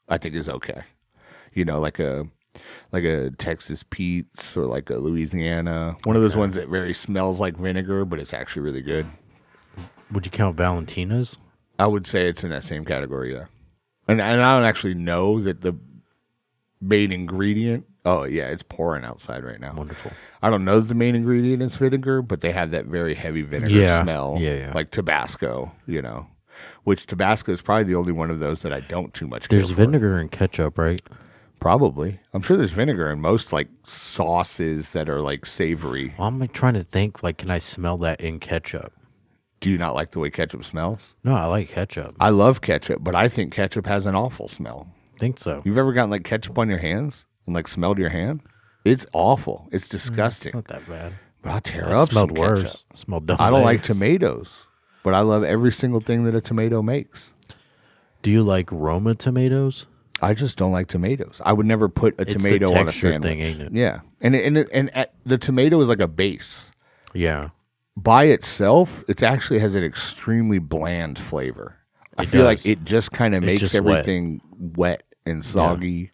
S1: i think is okay you know like a like a texas pete's or like a louisiana one of those ones that very smells like vinegar but it's actually really good
S2: Would you count Valentina's?
S1: i would say it's in that same category yeah and, and i don't actually know that the main ingredient. Oh yeah, it's pouring outside right now.
S2: Wonderful.
S1: I don't know that the main ingredient is vinegar, but they have that very heavy vinegar
S2: Yeah,
S1: smell,
S2: yeah, yeah.
S1: like Tabasco. You know, which Tabasco is probably the only one of those that I don't too much. care
S2: There's
S1: for.
S2: vinegar and ketchup, right?
S1: Probably. I'm sure there's vinegar in most like sauces that are like savory.
S2: Well, I'm like trying to think. Like, can I smell that in ketchup?
S1: Do you not like the way ketchup smells?
S2: No, I like ketchup.
S1: I love ketchup, but I think ketchup has an awful smell.
S2: think so.
S1: You've ever gotten like ketchup on your hands and like smelled your hand? It's awful. It's disgusting.
S2: Mm, It's not that bad.
S1: But I'll tear
S2: It
S1: up some
S2: smelled
S1: ketchup.
S2: worse. It Smelled dumb.
S1: I don't like tomatoes, but I love every single thing that a tomato makes.
S2: Do you like Roma tomatoes?
S1: I just don't like tomatoes. I would never put a
S2: It's the
S1: tomato on a
S2: texture thing,
S1: sandwich.
S2: ain't it?
S1: Yeah, and and and at, the tomato is like a base.
S2: Yeah.
S1: by itself, it actually has an extremely bland flavor. I
S2: It
S1: feel like
S2: does.
S1: it just kind of makes
S2: just wet.
S1: everything wet. and soggy.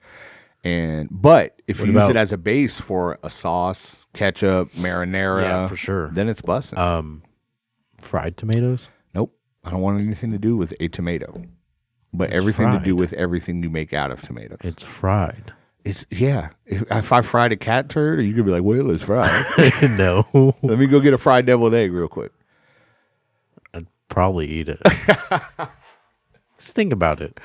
S1: And but if you use
S2: about-
S1: it as a base for a sauce, ketchup, marinara,
S2: Yeah, for sure. Uh,
S1: then it's bussin'.
S2: Fried tomatoes?
S1: nope, I don't want anything to do with a tomato. But everything to do
S2: fried.
S1: with everything you make out of tomatoes.
S2: It's fried.
S1: It's yeah. If, if I fried a cat turd, you could be like, "Well, it's fried."
S2: no.
S1: Let me go get a fried deviled egg real quick.
S2: I'd probably eat it. Just think about it.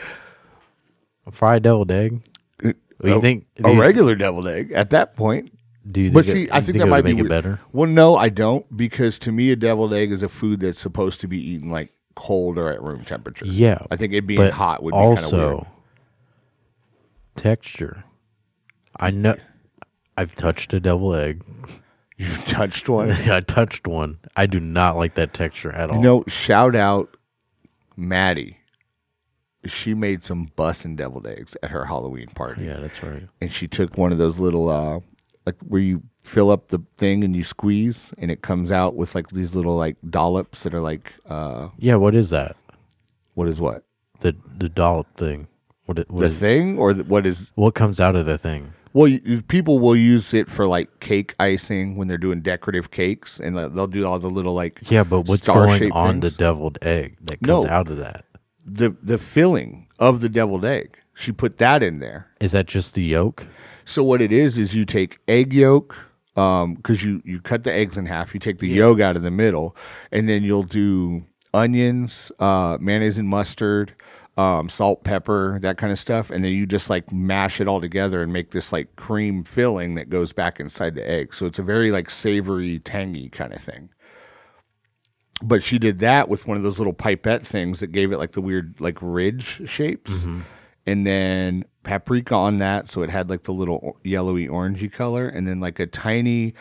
S2: A fried deviled egg. Do you
S1: Oh,
S2: think do
S1: a
S2: you-
S1: regular deviled egg at that point.
S2: Do you think
S1: But
S2: it-
S1: see,
S2: do
S1: I
S2: you
S1: think, that
S2: it
S1: might
S2: would
S1: be
S2: make it
S1: weird.
S2: better.
S1: Well, no, I don't, because to me, a deviled egg is a food that's supposed to be eaten like cold or at room temperature.
S2: Yeah,
S1: I think it being
S2: but
S1: hot would be kind of weird.
S2: also texture. I know. I've touched a deviled egg.
S1: You've touched one.
S2: I touched one. I do not like that texture at all.
S1: you know, shout out Maddie. She made some bussin' deviled eggs at her Halloween party,
S2: Yeah, that's right.
S1: and she took one of those little, uh, like where you fill up the thing and you squeeze, and it comes out with like these little like dollops that are like, uh,
S2: Yeah, what is that?
S1: what is what?
S2: The the dollop thing. What it, what,
S1: The
S2: is,
S1: thing or th- what is
S2: what comes out of the thing?
S1: Well, you- you, people will use it for like cake icing when they're doing decorative cakes, and like, they'll do all the little like
S2: Yeah, but what's going
S1: Star-shaped
S2: on
S1: things?
S2: the deviled egg that comes
S1: No.
S2: out of that?
S1: the the filling of the deviled egg. She put that in there.
S2: Is that just the yolk?
S1: So what it is is you take egg yolk because you you cut the eggs in half. You take the yolk out of the middle, and then you'll do onions, uh, mayonnaise and mustard, um, salt, pepper, that kind of stuff, and then you just like mash it all together and make this like cream filling that goes back inside the egg. So it's a very like savory, tangy kind of thing. But she did that with one of those little pipette things that gave it like the weird like ridge shapes and then paprika on that so it had like the little o- yellowy orangey color and then like a tiny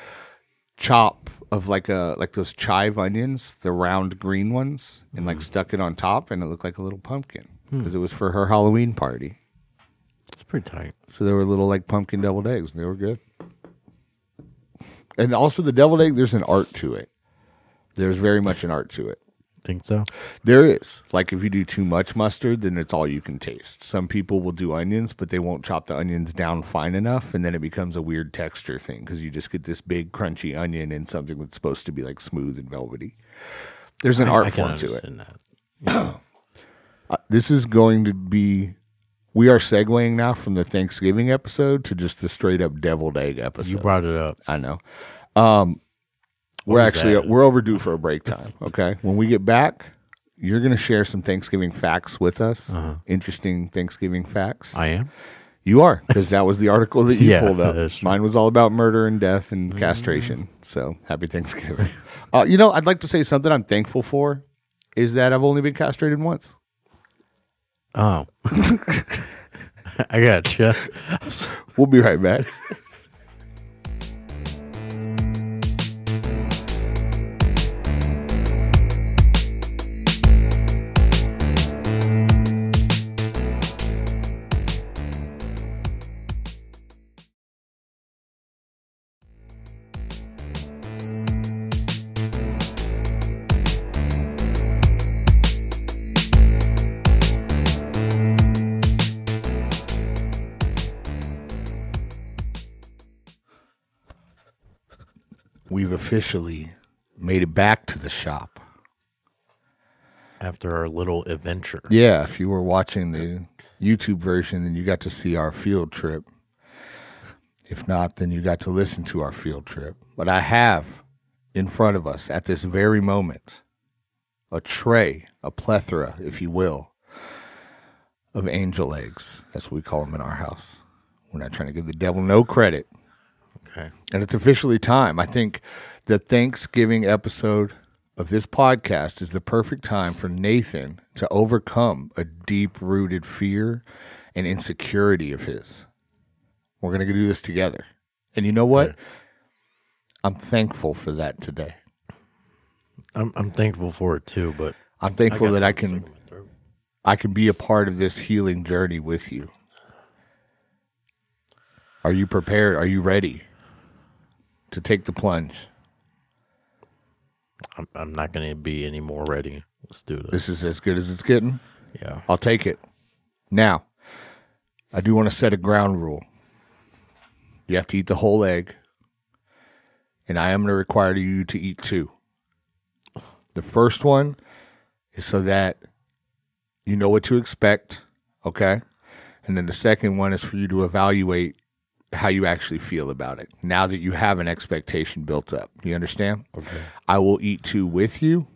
S1: chop of like a like those chive onions the round green ones and like stuck it on top and it looked like a little pumpkin because it was for her halloween party
S2: It's pretty tight.
S1: so there were little like pumpkin deviled eggs and they were good and also the deviled egg there's an art to it there's very much an art to it
S2: Think so?
S1: there is. Like if you do too much mustard, then it's all you can taste. Some people will do onions, but they won't chop the onions down fine enough, and then it becomes a weird texture thing because you just get this big crunchy onion in something that's supposed to be like smooth and velvety. There's an art
S2: I can
S1: form to it.
S2: understand that.
S1: Uh, This is going to be. We are segueing now from the Thanksgiving episode to just the straight up deviled egg episode.
S2: You brought it up.
S1: I know. Um, we're
S2: was
S1: actually
S2: that?
S1: we're overdue for a break time. Okay, when we get back, you're gonna share some Thanksgiving facts with us. Interesting Thanksgiving facts.
S2: I am.
S1: Uh-huh. you are because that was the article that you
S2: Yeah,
S1: pulled up.
S2: that's true.
S1: Mine was all about murder and death and castration. So happy Thanksgiving. uh, you know, I'd like to say something I'm thankful for is that I've only been castrated once.
S2: Oh. I gotcha.
S1: We'll be right back. We've officially made it back to the shop.
S2: After our little adventure.
S1: Yeah, if you were watching the YouTube version, then you got to see our field trip If not, then you got to listen to our field trip. But I have in front of us at this very moment a tray, a plethora, if you will, of angel eggs. That's what we call them in our house. We're not trying to give the devil no credit.
S2: Okay.
S1: And it's officially time. I think the Thanksgiving episode of this podcast is the perfect time for Nathan to overcome a deep rooted fear and insecurity of his. We're going to do this together. And you know what? I'm thankful for that today.
S2: I'm I'm thankful for it too, but
S1: I'm thankful that I can
S2: something stuck in my throat.
S1: I can be a part of this healing journey with you. Are you prepared? Are you ready to take the plunge?
S2: I'm I'm not gonna be any more ready. Let's do this.
S1: This is as good as it's getting.
S2: Yeah.
S1: I'll take it. Now, I do want to set a ground rule. You have to eat the whole egg, and I am going to require you to eat two. The first one is so that you know what to expect, okay? And then the second one is for you to evaluate how you actually feel about it now that you have an expectation built up. You understand? Okay. I will eat two with you,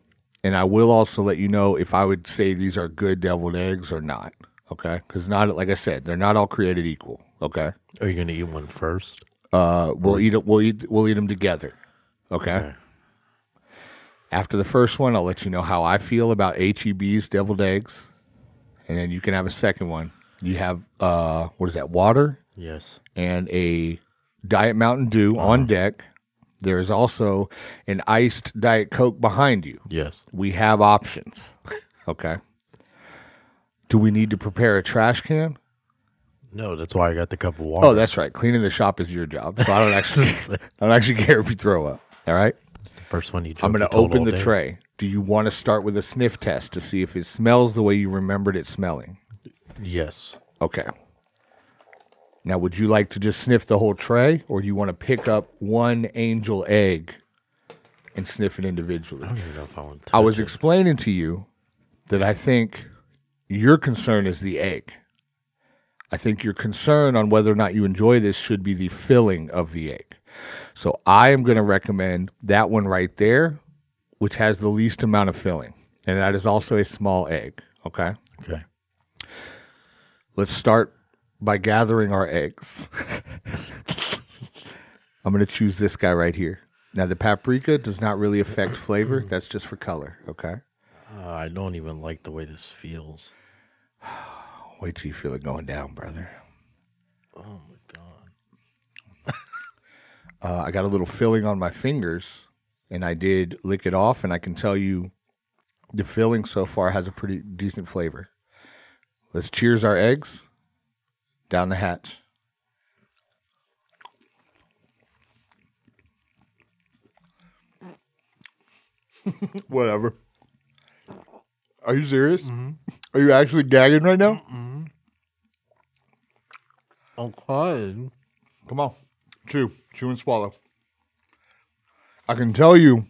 S1: and I will also let you know if I would say these are good deviled eggs or not. Okay, because not like I said, they're not all created equal. Okay,
S2: Are you gonna eat one first?
S1: uh, we'll eat it. We'll eat. We'll eat them together. Okay? After the first one, I'll let you know how I feel about HEB's deviled eggs, and then you can have a second one. You have uh, what is that? Water
S2: Yes.
S1: and a Diet Mountain Dew on deck. There is also an iced Diet Coke behind you.
S2: Yes.
S1: We have options. Okay. Do we need to prepare a trash can?
S2: No, that's why I got the cup of
S1: Oh,
S2: water.
S1: that's right. Cleaning the shop is your job. So I don't actually I don't actually care if you throw up. All right.
S2: That's the first one you
S1: I'm
S2: joked
S1: gonna
S2: you told
S1: open
S2: all
S1: the
S2: day.
S1: tray. Do you want to start with a sniff test to see if it smells the way you remembered it smelling?
S2: Yes.
S1: Okay. Now would you like to just sniff the whole tray or do you want to pick up one angel egg and sniff it individually?
S2: I don't even know if I want to
S1: I was explaining to you that I think your concern is the egg. I think your concern on whether or not you enjoy this should be the filling of the egg. So I am going to recommend that one right there, which has the least amount of filling. And that is also a small egg. Okay.
S2: Okay.
S1: Let's start by gathering our eggs. I'm going to choose this guy right here. Now, the paprika does not really affect flavor, that's just for color. Okay.
S2: Uh, I don't even like the way this feels.
S1: Wait till you feel it going down, brother.
S2: Oh my god.
S1: Uh, I got a little filling on my fingers, and I did lick it off, and I can tell you, the filling so far has a pretty decent flavor. Let's cheers our eggs down the hatch. Whatever. Are you serious? Are you actually gagging right now?
S2: I'm crying.
S1: Come on. Chew. Chew and swallow. I can tell you,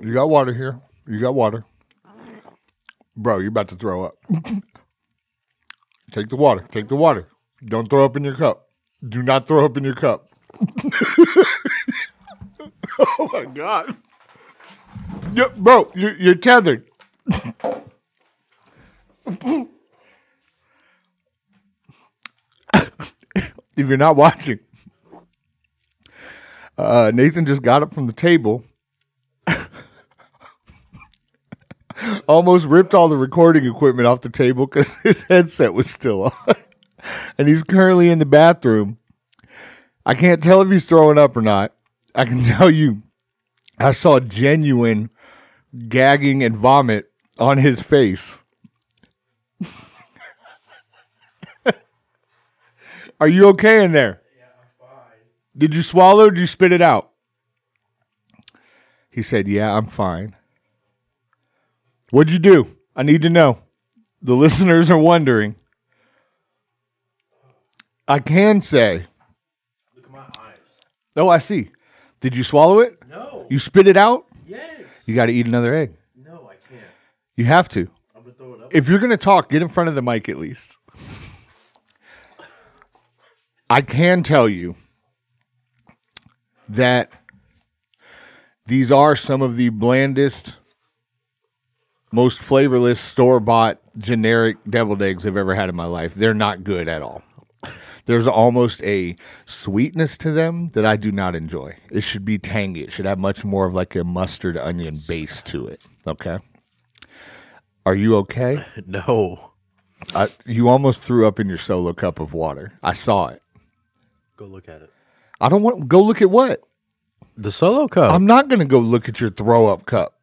S1: you got water here. You got water. Bro, you're about to throw up. Take the water. Take the water. Don't throw up in your cup. Do not throw up in your cup. oh my God. Yo, bro, you're, you're tethered. if you're not watching. Uh, Nathan just got up from the table, almost ripped all the recording equipment off the table because his headset was still on. and he's currently in the bathroom. I can't tell if he's throwing up or not. I can tell you, I saw genuine gagging and vomit on his face. Are you okay in there? Yeah, I'm fine. Did you swallow? Or did you spit it out? He said, Yeah, I'm fine. What'd you do? I need to know. The listeners are wondering. I can say,
S2: Look at my eyes.
S1: Oh, I see. Did you swallow it?
S2: No.
S1: You spit it out?
S2: Yes.
S1: You got to eat another egg.
S2: No, I can't.
S1: You have to.
S2: I'm gonna throw it up.
S1: If you're going to talk, get in front of the mic at least. I can tell you that these are some of the blandest, most flavorless store bought generic deviled eggs I've ever had in my life. They're not good at all. There's almost a sweetness to them that I do not enjoy. It should be tangy. It should have much more of like a mustard onion base to it. Okay. Are you okay?
S2: No.
S1: I, you almost threw up in your solo cup of water. I saw it.
S2: Go look at it.
S1: I don't want go look at what.
S2: The solo cup.
S1: I'm not going to go look at your throw up cup.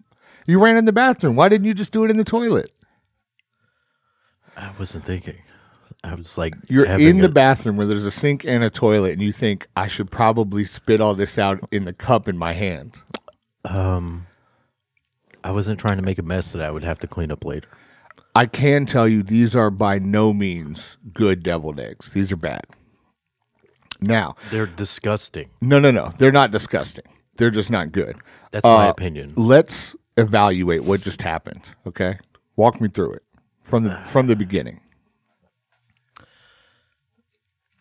S1: You ran in the bathroom. Why didn't you just do it in the toilet?
S2: I wasn't thinking. I was like,
S1: You're
S2: having
S1: in the
S2: a-
S1: bathroom where there's a sink and a toilet, and you think I should probably spit all this out in the cup in my hand.
S2: I wasn't trying to make a mess that I would have to clean up later.
S1: I can tell you these are by no means good deviled eggs. These are bad. Now,
S2: They're disgusting.
S1: no, no, no. They're not disgusting. They're just not good.
S2: That's my
S1: Uh,
S2: opinion.
S1: Let's evaluate what just happened. Okay, walk me through it from the from the beginning.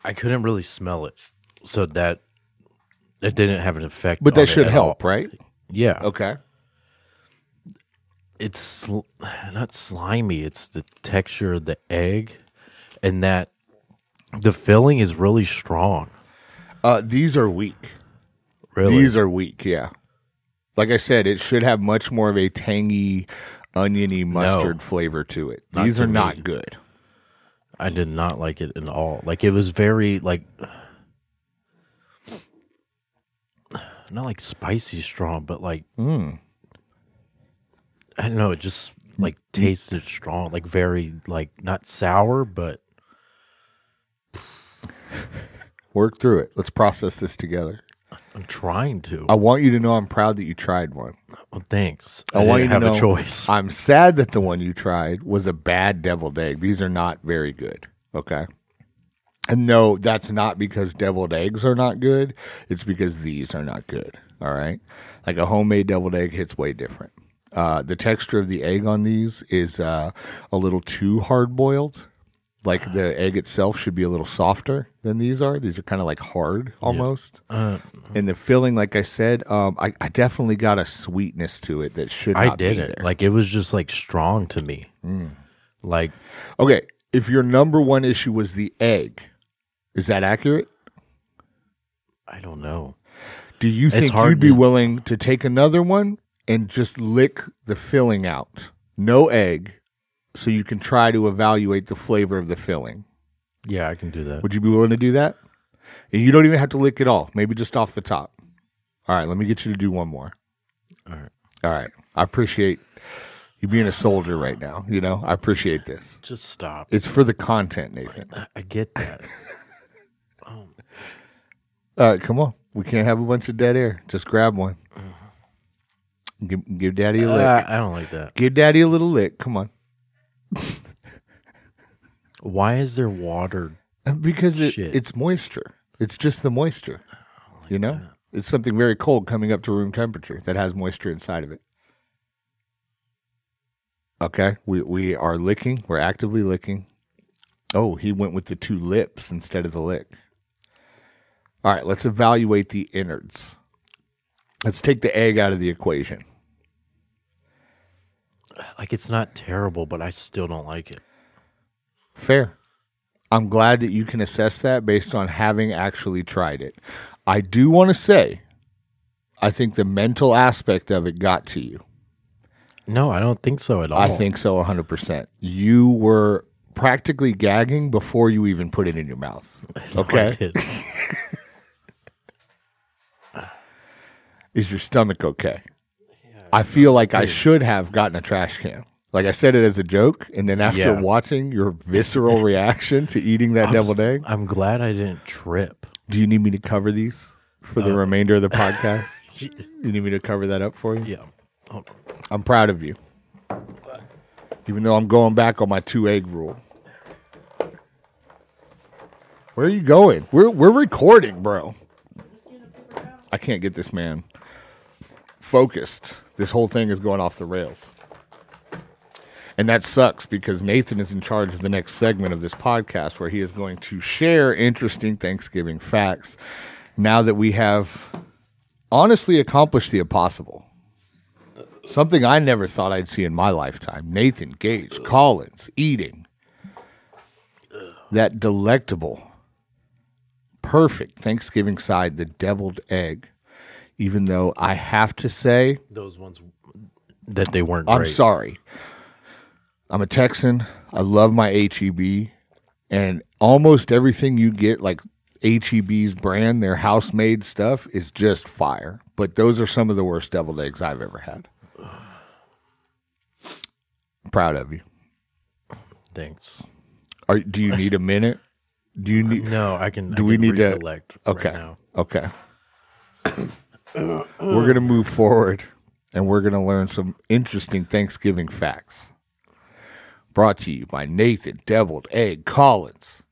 S2: I couldn't really smell it, so that it didn't have an effect.
S1: But
S2: on
S1: that
S2: it
S1: should
S2: at
S1: help,
S2: all.
S1: right?
S2: Yeah,
S1: Okay.
S2: it's sl- not slimy. It's the texture of the egg, and that the filling is really strong.
S1: Uh, these are weak.
S2: Really,
S1: These are weak, yeah. Like I said, it should have much more of a tangy, oniony mustard flavor to it. These
S2: to
S1: are
S2: me.
S1: not good.
S2: I did not like it at all. Like it was very like not like spicy strong, but like
S1: Hmm.
S2: I don't know. It just like tasted strong, like very like not sour, but
S1: Work through it. Let's process this together.
S2: I'm trying to.
S1: I want you to know I'm proud that you tried one.
S2: Well, thanks.
S1: I,
S2: I,
S1: want you
S2: didn't
S1: to
S2: have
S1: know
S2: a choice.
S1: I'm sad that the one you tried was a bad deviled egg. These are not very good. Okay. And no, that's not because deviled eggs are not good. It's because these are not good. All right. Like a homemade deviled egg hits way different. Uh, the texture of the egg on these is uh, a little too hard boiled. Like the egg itself should be a little softer than these are. These are kind of like hard almost.
S2: Uh.
S1: and the filling, like I said, um, I, I definitely got a sweetness to it that should not
S2: I
S1: be
S2: did it.
S1: there. Hmm.
S2: Like it was just like strong to me. Like
S1: Okay, if your number one issue was the egg, is that accurate?
S2: I don't know.
S1: Do you think
S2: hard
S1: you'd be
S2: to-
S1: willing to take another one and just lick the filling out? No egg, so you can try to evaluate the flavor of the filling.
S2: Yeah, I can do that.
S1: Would you be willing to do that? And you don't even have to lick it all, maybe just off the top. All right, let me get you to do one more.
S2: All right.
S1: All right. I appreciate you being a soldier right now. You know, I appreciate this.
S2: Just stop.
S1: It's for the content, Nathan.
S2: I- I get that.
S1: Uh, come on. We can't have a bunch of dead air. Just grab one. Give, give daddy a lick.
S2: Uh-huh. Uh, I don't like that.
S1: give daddy a little lick. Come on.
S2: Why is there water?
S1: Because it,
S2: Shit.
S1: it's moisture. It's just the moisture. You know? It's something very cold coming up to room temperature that has moisture inside of it. Okay. We we are licking. We're actively licking. Oh, he went with the two lips instead of the lick. All right, let's evaluate the innards. Let's take the egg out of the equation.
S2: Like it's not terrible, but I still don't like it.
S1: Fair. I'm glad that you can assess that based on having actually tried it. I do want to say, I think the mental aspect of it got to you.
S2: No, I don't think so at all.
S1: I think so 100%. You were practically gagging before you even put it in your mouth. Okay. Is your stomach okay? I feel like I should have gotten a trash can. Like I said it as a joke. And then after
S2: Yeah.
S1: watching your visceral reaction to eating that deviled egg,
S2: I'm glad I didn't trip.
S1: Do you need me to cover these for the remainder of the podcast? you need me to cover that up for you?
S2: Yeah. Oh,
S1: I'm proud of you. Even though I'm going back on my two egg rule. Where are you going? We're we're recording, bro. I can't get this man focused. This whole thing is going off the rails. And that sucks because Nathan is in charge of the next segment of this podcast where he is going to share interesting Thanksgiving facts now that we have honestly accomplished the impossible. Something I never thought I'd see in my lifetime. Nathan, Gage, Collins eating that delectable, perfect Thanksgiving side, the deviled egg. Even though I have to say,
S2: Those ones that they weren't.
S1: I'm
S2: great.
S1: sorry. I'm a Texan. I love my HEB. And almost everything you get, like HEB's brand, their house made stuff, is just fire. But those are some of the worst deviled eggs I've ever had. Proud of you.
S2: Thanks.
S1: Are, do you need a minute? Do you need.
S2: No, I can.
S1: Do we need to-
S2: recollect
S1: Okay.
S2: Right now.
S1: Okay. we're going to move forward and we're going to learn some interesting Thanksgiving facts. Brought to you by Nathan Deviled Egg Collins.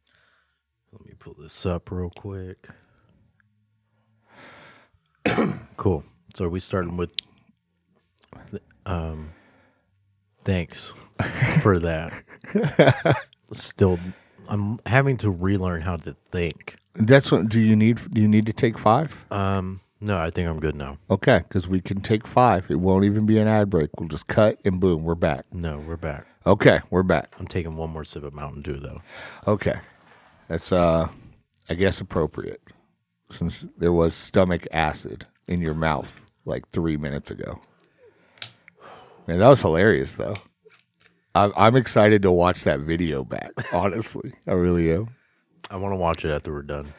S2: Let me pull this up real quick. cool. So are we starting with um thanks for that. Still I'm having to relearn how to think.
S1: That's what do you need do you need to take 5?
S2: Um no, I think I'm good now.
S1: Okay, cuz we can take 5. It won't even be an ad break. We'll just cut and boom, we're back.
S2: No, we're back.
S1: Okay, we're back.
S2: I'm taking one more sip of Mountain Dew though.
S1: Okay. That's uh I guess appropriate since there was stomach acid in your mouth like 3 minutes ago. Man, that was hilarious though. I I'm excited to watch that video back, honestly. I really am.
S2: I want to watch it after we're done.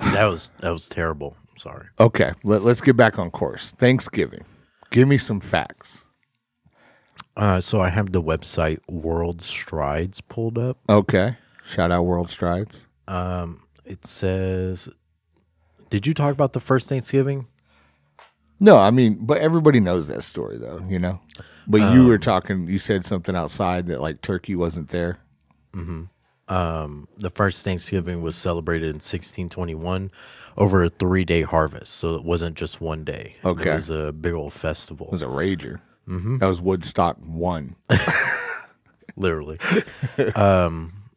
S2: That was that was terrible. I'm sorry.
S1: Okay, let, let's get back on course. Thanksgiving. Give me some facts.
S2: Uh, so I have the website World Strides pulled up.
S1: Okay. Shout out World Strides.
S2: Um, it says, "Did you talk about the first Thanksgiving?"
S1: No, I mean, but everybody knows that story though, you know. But you were talking, you said something outside that like turkey wasn't there.
S2: Um, the first Thanksgiving was celebrated in 1621 over a three-day harvest, so it wasn't just one day.
S1: Okay.
S2: it was a big old festival,
S1: was a rager.
S2: Mm-hmm.
S1: That was Woodstock one.
S2: literally. um,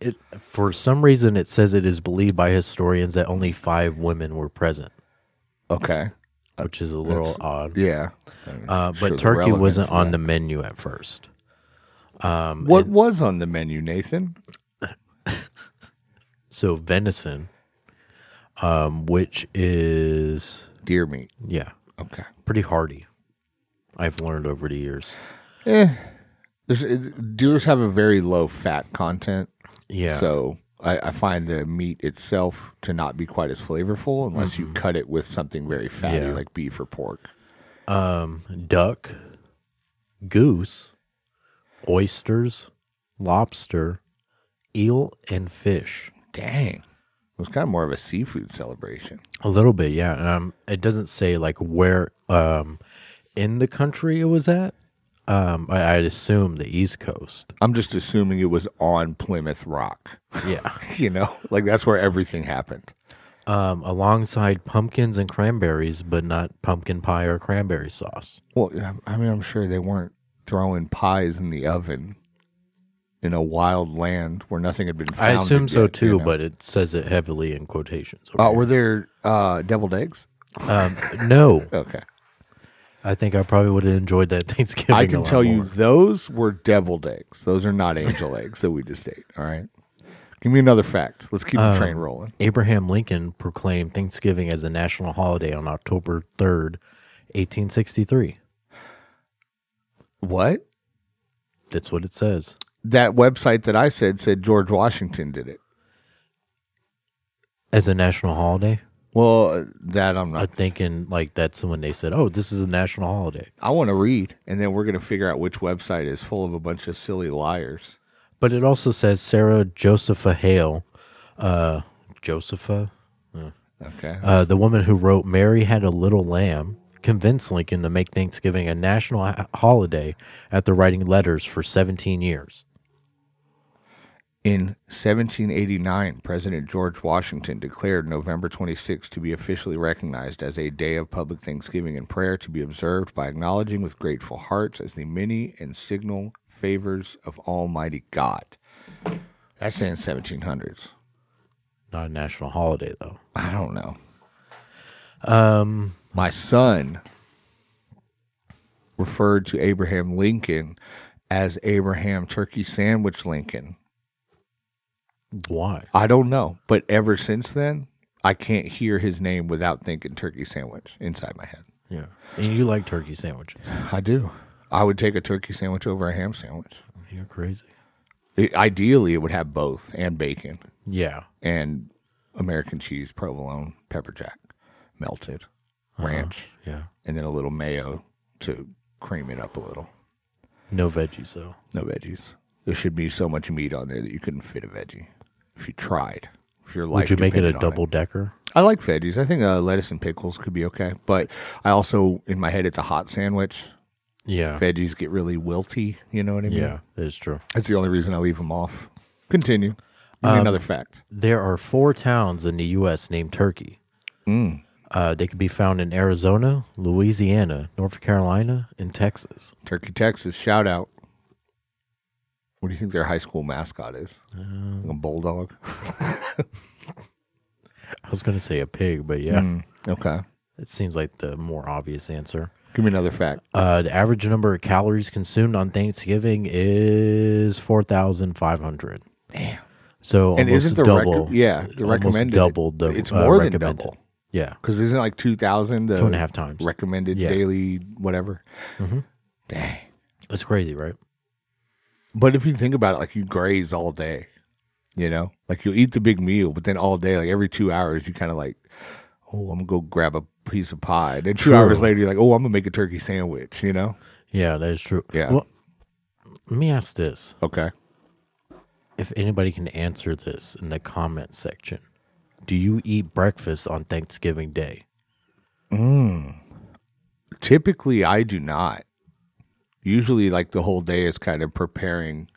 S2: it for some reason it says it is believed by historians that only five women were present,
S1: Okay.
S2: which is a little odd.
S1: Yeah.
S2: Uh,
S1: Uh, Sure,
S2: but
S1: the
S2: turkey
S1: relevance
S2: wasn't
S1: of
S2: on the menu at first.
S1: What was on the menu, Nathan?
S2: So venison, um, which is
S1: Deer meat.
S2: yeah,
S1: Okay.
S2: pretty hardy. I've learned over the years.
S1: There's, it- deers have a very low fat content.
S2: Yeah,
S1: So I, I find the meat itself to not be quite as flavorful unless you cut it with something very fatty
S2: Mm-hmm. Yeah.
S1: like beef or pork.
S2: duck, goose, oysters, lobster, eel, and fish.
S1: Dang. It was kind of more of a seafood celebration.
S2: A little bit, yeah. Um, it doesn't say like where um in the country it was at. Um, I, I'd assume the East Coast.
S1: I'm just assuming it was on Plymouth Rock.
S2: Yeah.
S1: you know, like that's where everything happened.
S2: um, alongside pumpkins and cranberries, but not pumpkin pie or cranberry sauce.
S1: Well, yeah, I mean, I'm sure they weren't throwing pies in the oven in a wild land where nothing had been
S2: I
S1: found.
S2: assume so too,
S1: but
S2: but it says it heavily in quotations. over
S1: Oh,
S2: here.
S1: were there uh, deviled eggs?
S2: um, no,
S1: Okay.
S2: I think I probably would have enjoyed that Thanksgiving.
S1: I
S2: a
S1: can
S2: lot
S1: tell you
S2: more.
S1: those were deviled eggs. Those are not angel eggs that we just ate. All right. Give me another fact. Let's keep
S2: Oh.
S1: the train rolling.
S2: Abraham Lincoln proclaimed Thanksgiving as a national holiday on October third, eighteen sixty-three.
S1: What?
S2: That's what it says.
S1: That website that I said said George Washington did it.
S2: As a national holiday,
S1: Well, uh, that I'm
S2: I'm
S1: not.
S2: thinking like that's when they said, "Oh, this is a national holiday."
S1: I want to read, and then we're going to figure out which website is full of a bunch of silly liars.
S2: But it also says Sarah Josepha Hale, uh, Josepha,
S1: Okay.
S2: uh, the woman who wrote Mary Had a Little Lamb, convinced Lincoln to make Thanksgiving a national ho- holiday after writing letters for 17 years.
S1: In 1789, President George Washington declared November 26 to be officially recognized as a day of public thanksgiving and prayer to be observed by acknowledging with grateful hearts as the many and signal favors of Almighty God. That's in 1700s.
S2: Not a national holiday though.
S1: I don't know.
S2: Um,
S1: My son referred to Abraham Lincoln as Abraham Turkey Sandwich Lincoln.
S2: why?
S1: I don't know, but ever since then, I can't hear his name without thinking turkey sandwich inside my head.
S2: Yeah, and you like turkey sandwiches?
S1: I do. I would take a turkey sandwich over a ham sandwich.
S2: You're crazy.
S1: It, ideally, it would have both and bacon
S2: Yeah,
S1: and American cheese, provolone, pepper jack, melted,
S2: Uh-huh.
S1: ranch,
S2: yeah.
S1: and then a little mayo to cream it up a little.
S2: No veggies though.
S1: No veggies. There should be so much meat on there that you couldn't fit a veggie if you tried. If your life
S2: Would you make it a
S1: depended on
S2: double decker?
S1: I like veggies. I think uh, lettuce and pickles could be okay, but I also in my head it's a hot sandwich.
S2: Yeah,
S1: Veggies get really wilty. You know what I mean?
S2: yeah. That's true.
S1: That's the only reason I leave them off. Continue. Give
S2: Um,
S1: me another fact.
S2: There are four towns in the U.S. named Turkey.
S1: Mm.
S2: Uh, they could be found in Arizona, Louisiana, North Carolina, and Texas.
S1: Turkey, Texas. Shout out. What do you think their high school mascot is?
S2: Um,
S1: Like a bulldog.
S2: I was going to say a pig, but
S1: Mm.
S2: yeah,
S1: Hmm, Okay.
S2: it seems like the more obvious answer.
S1: Give me another fact.
S2: Uh, the average number of calories consumed on Thanksgiving is 4,500.
S1: Damn.
S2: So
S1: And
S2: almost
S1: isn't the rec-
S2: double.
S1: yeah, the
S2: almost
S1: recommended-
S2: double the
S1: it's
S2: uh,
S1: more than
S2: recommended.
S1: double.
S2: Yeah,
S1: Because isn't it like two thousand the
S2: two and a half times.
S1: recommended
S2: Yeah.
S1: daily whatever? Dang.
S2: It's crazy, right?
S1: But if you think about it, like you graze all day, you know, like you'll eat the big meal, but then all day, like every two hours, you kind of like, oh, I'm gonna go grab a piece of pie. Then two
S2: True.
S1: hours later, you're like, oh, I'm gonna make a turkey sandwich, you know?
S2: Yeah, that is true.
S1: Yeah.
S2: Well, let me ask this:
S1: Okay.
S2: If anybody can answer this in the comment section, do you eat breakfast on Thanksgiving Day?
S1: Typically, I do not. Usually, like the whole day is kind of preparing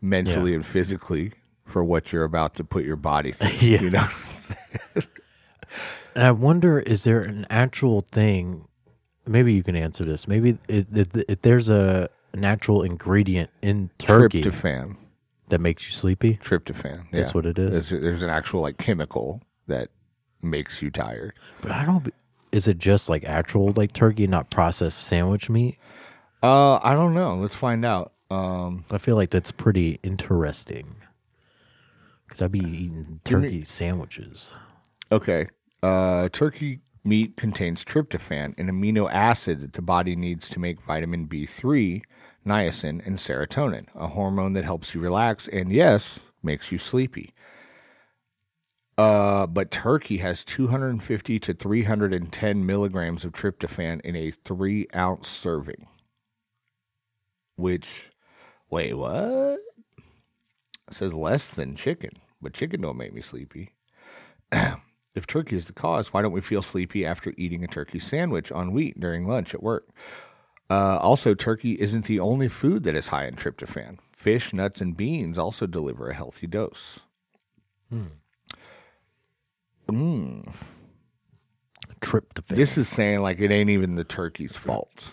S1: mentally and physically for what you're about to put your body through.
S2: Yeah.
S1: You know?
S2: And I wonder, is there an actual thing? Maybe you can answer this. Maybe if, if, if there's a natural ingredient in turkey
S1: Tryptophan.
S2: that makes you sleepy.
S1: Tryptophan.
S2: That's
S1: yeah.
S2: what it is.
S1: There's, there's an actual like chemical that makes you tired.
S2: But I don't. be- Is it just like actual like turkey, not processed sandwich meat?
S1: Uh, I don't know. Let's find out. Um,
S2: I feel like that's pretty interesting. Because I'd be eating turkey sandwiches.
S1: okay. Uh, turkey meat contains tryptophan, an amino acid that the body needs to make vitamin B3, niacin, and serotonin, a hormone that helps you relax and, yes, makes you sleepy. Uh, but turkey has 250 to 310 milligrams of tryptophan in a three ounce serving. Which, wait, what? It says less than chicken, but chicken don't make me sleepy. If turkey is the cause, why don't we feel sleepy after eating a turkey sandwich on wheat during lunch at work? Uh, also, turkey isn't the only food that is high in tryptophan. Fish, nuts, and beans also deliver a healthy dose.
S2: Tryptophan.
S1: This is saying like it ain't even the turkey's fault.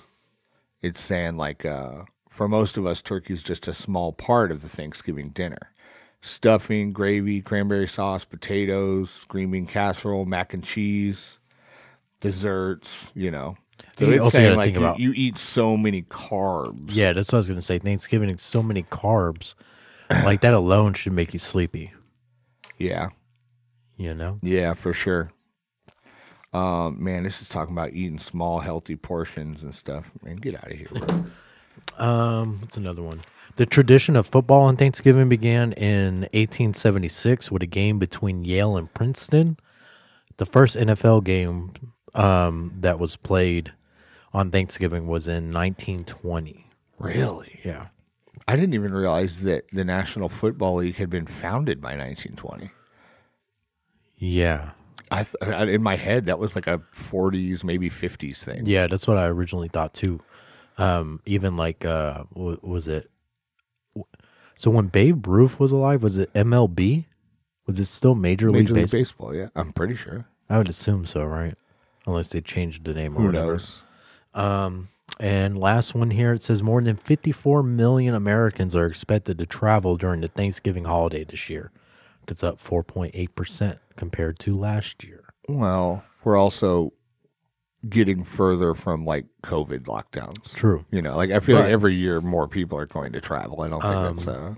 S1: It's saying like uh, for most of us, turkey's just a small part of the Thanksgiving dinner. Stuffing, gravy, cranberry sauce, potatoes, screaming casserole, mac and cheese, desserts, you know. So
S2: You
S1: it's
S2: also
S1: saying
S2: gotta
S1: like
S2: think
S1: you,
S2: about-
S1: you eat so many carbs.
S2: yeah, that's what I was gonna say. Thanksgiving is so many carbs. like that alone should make you sleepy.
S1: Yeah.
S2: You know.
S1: Yeah, for sure. Um, man, this is talking about eating small, healthy portions and stuff. Man, get out of here, bro.
S2: Um, what's another one? The tradition of football on Thanksgiving began in 1876 with a game between Yale and Princeton. The first NFL game um, that was played on Thanksgiving was in 1920.
S1: really?
S2: Yeah.
S1: I didn't even realize that the National Football League had been founded by 1920.
S2: Yeah.
S1: I th- I- in my head that was like a 40s, maybe 50s thing.
S2: Yeah, that's what I originally thought too. Um, even like, uh, w- was it? w- So when Babe Ruth was alive, was it MLB? Was it still Major,
S1: Major
S2: League
S1: League
S2: Baseball?
S1: Baseball. Yeah, I'm pretty sure.
S2: I would assume so, right? Unless they changed the name or
S1: Who
S2: whatever.
S1: knows?
S2: Um, and last one here it says more than 54 million Americans are expected to travel during the Thanksgiving holiday this year. That's up 4.8% compared to last year.
S1: Well, we're also getting further from like COVID lockdowns.
S2: True.
S1: You know, like I feel like
S2: Right. Um,
S1: every year more people are going to travel. I don't think that's uh,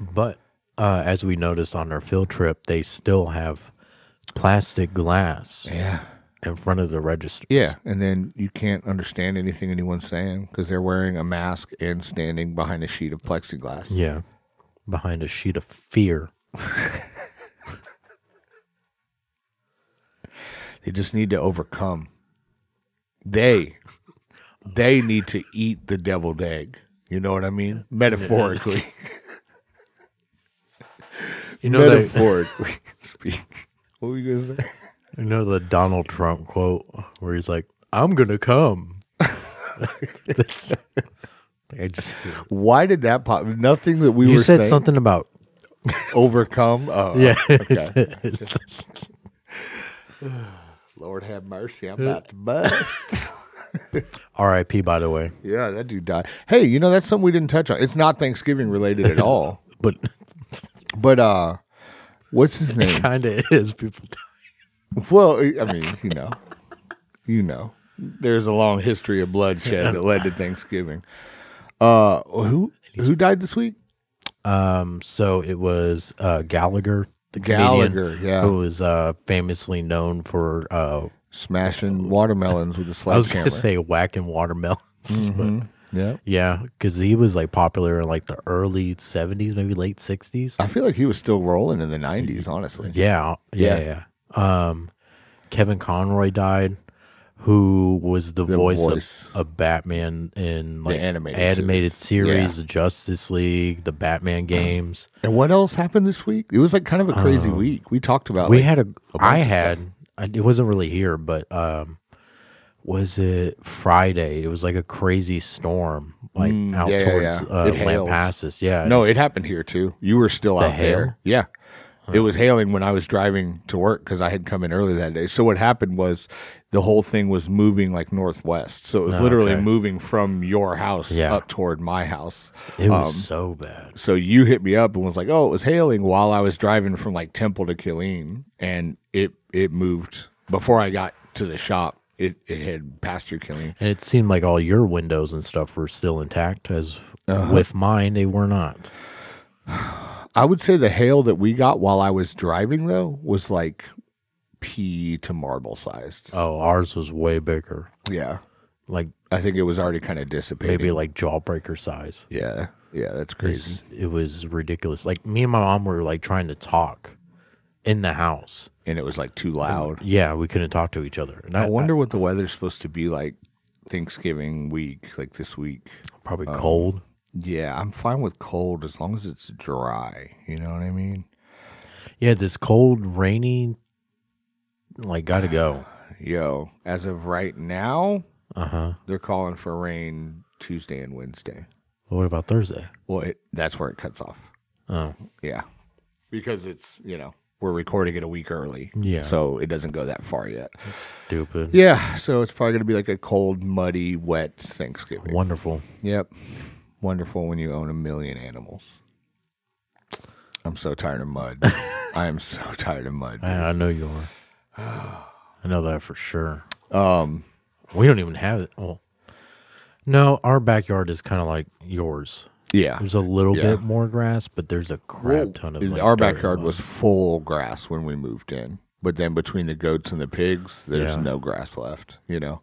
S2: But uh, as we noticed on our field trip, they still have plastic glass
S1: yeah,
S2: in front of the register.
S1: yeah. And then you can't understand anything anyone's saying because they're wearing a mask and standing behind a sheet of plexiglass.
S2: Yeah. Behind a sheet of fear.
S1: They just need to overcome. They, they need to eat the deviled egg. You know what I mean? Metaphorically,
S2: You know, the,
S1: metaphorically. Speak. What were you gonna say?
S2: you know the Donald Trump quote where he's like, I'm going to come. That's, I just,
S1: Why did that pop? Nothing that we
S2: you
S1: were
S2: said
S1: saying
S2: something about
S1: overcome. Oh,
S2: yeah.
S1: okay. Lord have mercy, I'm about to bust.
S2: R.I.P. By the way,
S1: yeah, that dude died. Hey, you know that's something we didn't touch on. It's not Thanksgiving related at all.
S2: but
S1: But uh, what's his name?
S2: kind of is people.
S1: Well, I mean, you know, you know, there's a long history of bloodshed that led to Thanksgiving. Uh, who who died this week?
S2: Um, so it was uh, Gallagher, the comedian
S1: Gallagher, yeah.
S2: who was uh, famously known for uh,
S1: Smashing watermelons with a
S2: I was
S1: sledgehammer.
S2: gonna say whacking watermelons,
S1: Mm-hmm.
S2: but
S1: yeah,
S2: yeah, because he was like popular in like the early '70s, maybe late '60s.
S1: I feel like he was still rolling in the '90s. Honestly,
S2: Yeah, uh, yeah, yeah. Um, Kevin Conroy died, who was the, voice,
S1: voice.
S2: Of, of Batman in like
S1: animated series. Uh-huh.
S2: series, the Justice League, the Batman games.
S1: And what else happened this week? It was like kind of a crazy week. We talked about
S2: Um, we
S1: like,
S2: had a,
S1: bunch
S2: I
S1: of stuff.
S2: had, I, it wasn't really here, but um, was it Friday? It was like a crazy storm, like out
S1: Mm, yeah, yeah,
S2: towards
S1: yeah.
S2: Uh,
S1: It hailed.
S2: Lampasas. Yeah,
S1: no, it happened here too. You were still out
S2: hail?
S1: there. Yeah. It was hailing when I was driving to work because I had come in early that day. So what happened was the whole thing was moving like northwest. So it was literally
S2: Oh, okay.
S1: moving from your house
S2: Yeah.
S1: up toward my house.
S2: it was so bad.
S1: So you hit me up and was like, "Oh, it was hailing while I was driving from like Temple to Killeen, and it it moved before I got to the shop. It it had passed through Killeen.
S2: And it seemed like all your windows and stuff were still intact, as with mine, they were not.
S1: I would say the hail that we got while I was driving though was like pea to marble sized.
S2: Oh, ours was way bigger,
S1: Yeah.
S2: like
S1: I think it was already kind of dissipating.
S2: maybe like jawbreaker size.
S1: Yeah. Yeah, that's crazy.
S2: It was ridiculous. Like me and my mom were like trying to talk in the house.
S1: And it was like too loud.
S2: Yeah, we couldn't talk to each other. And I,
S1: I wonder what the weather's supposed to be like Thanksgiving week, like this week.
S2: probably cold.
S1: Yeah, I'm fine with cold as long as it's dry. You know what I mean?
S2: Yeah, this cold, rainy, like gotta go.
S1: Yo, as of right now,
S2: Uh huh.
S1: they're calling for rain Tuesday and Wednesday.
S2: What about Thursday?
S1: Well, it, that's where it cuts off.
S2: Oh,
S1: Yeah. Because it's, you know, we're recording it a week early.
S2: Yeah.
S1: So it doesn't go that far yet.
S2: stupid.
S1: Yeah. So it's probably going to be like a cold, muddy, wet Thanksgiving.
S2: Wonderful.
S1: Yep. Wonderful when you own a million animals. I'm so tired of mud. I am so tired of mud.
S2: I, I know you are. I know that for sure.
S1: Um,
S2: We don't even have it. Well, no, our backyard is kind of like yours.
S1: yeah.
S2: There's a little
S1: Yeah.
S2: bit more grass, but there's a crap ton of like,
S1: Our
S2: dirt and
S1: backyard
S2: mud.
S1: was full grass when we moved in, but then between the goats and the pigs, there's
S2: Yeah.
S1: no grass left. You know,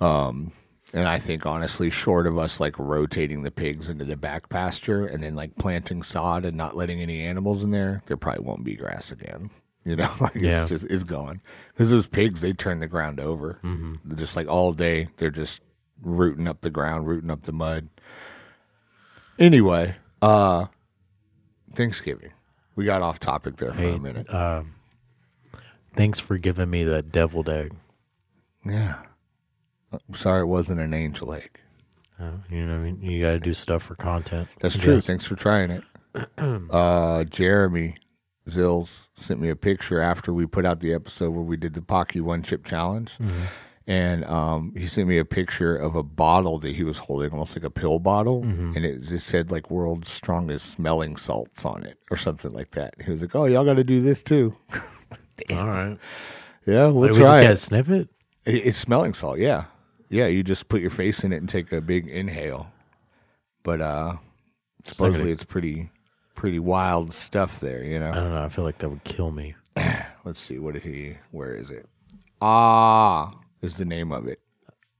S1: um, and I think honestly, short of us like rotating the pigs into the back pasture and then like planting sod and not letting any animals in there, there probably won't be grass again. You know, like
S2: Yeah.
S1: it's just it's gone because those pigs they turn the ground over just like all day. They're just rooting up the ground, rooting up the mud. Anyway, uh Thanksgiving. We got off topic there for a minute.
S2: Thanks for giving me that deviled egg.
S1: Uh, yeah. I'm sorry it wasn't an angel egg.
S2: Uh, you know, what I mean, you got to do stuff for content.
S1: That's true.
S2: Yes.
S1: Thanks for trying it. uh, Jeremy Zills sent me a picture after we put out the episode where we did the Pocky One Chip Challenge.
S2: Mm-hmm.
S1: And um, he sent me a picture of a bottle that he was holding, almost like a pill bottle.
S2: Mm-hmm.
S1: And it just said, like, world's strongest smelling salts on it or something like that. He was like, oh, y'all got to do this too.
S2: All right,
S1: yeah, we'll
S2: Wait, we
S1: try
S2: just
S1: it.
S2: got to sniff it.
S1: It- It's smelling salt, yeah. Yeah, you just put your face in it and take a big inhale. But uh supposedly it's pretty pretty wild stuff there, you know.
S2: I don't know. I feel like that would kill me.
S1: Let's see, what did he where is it? Ah is the name of it.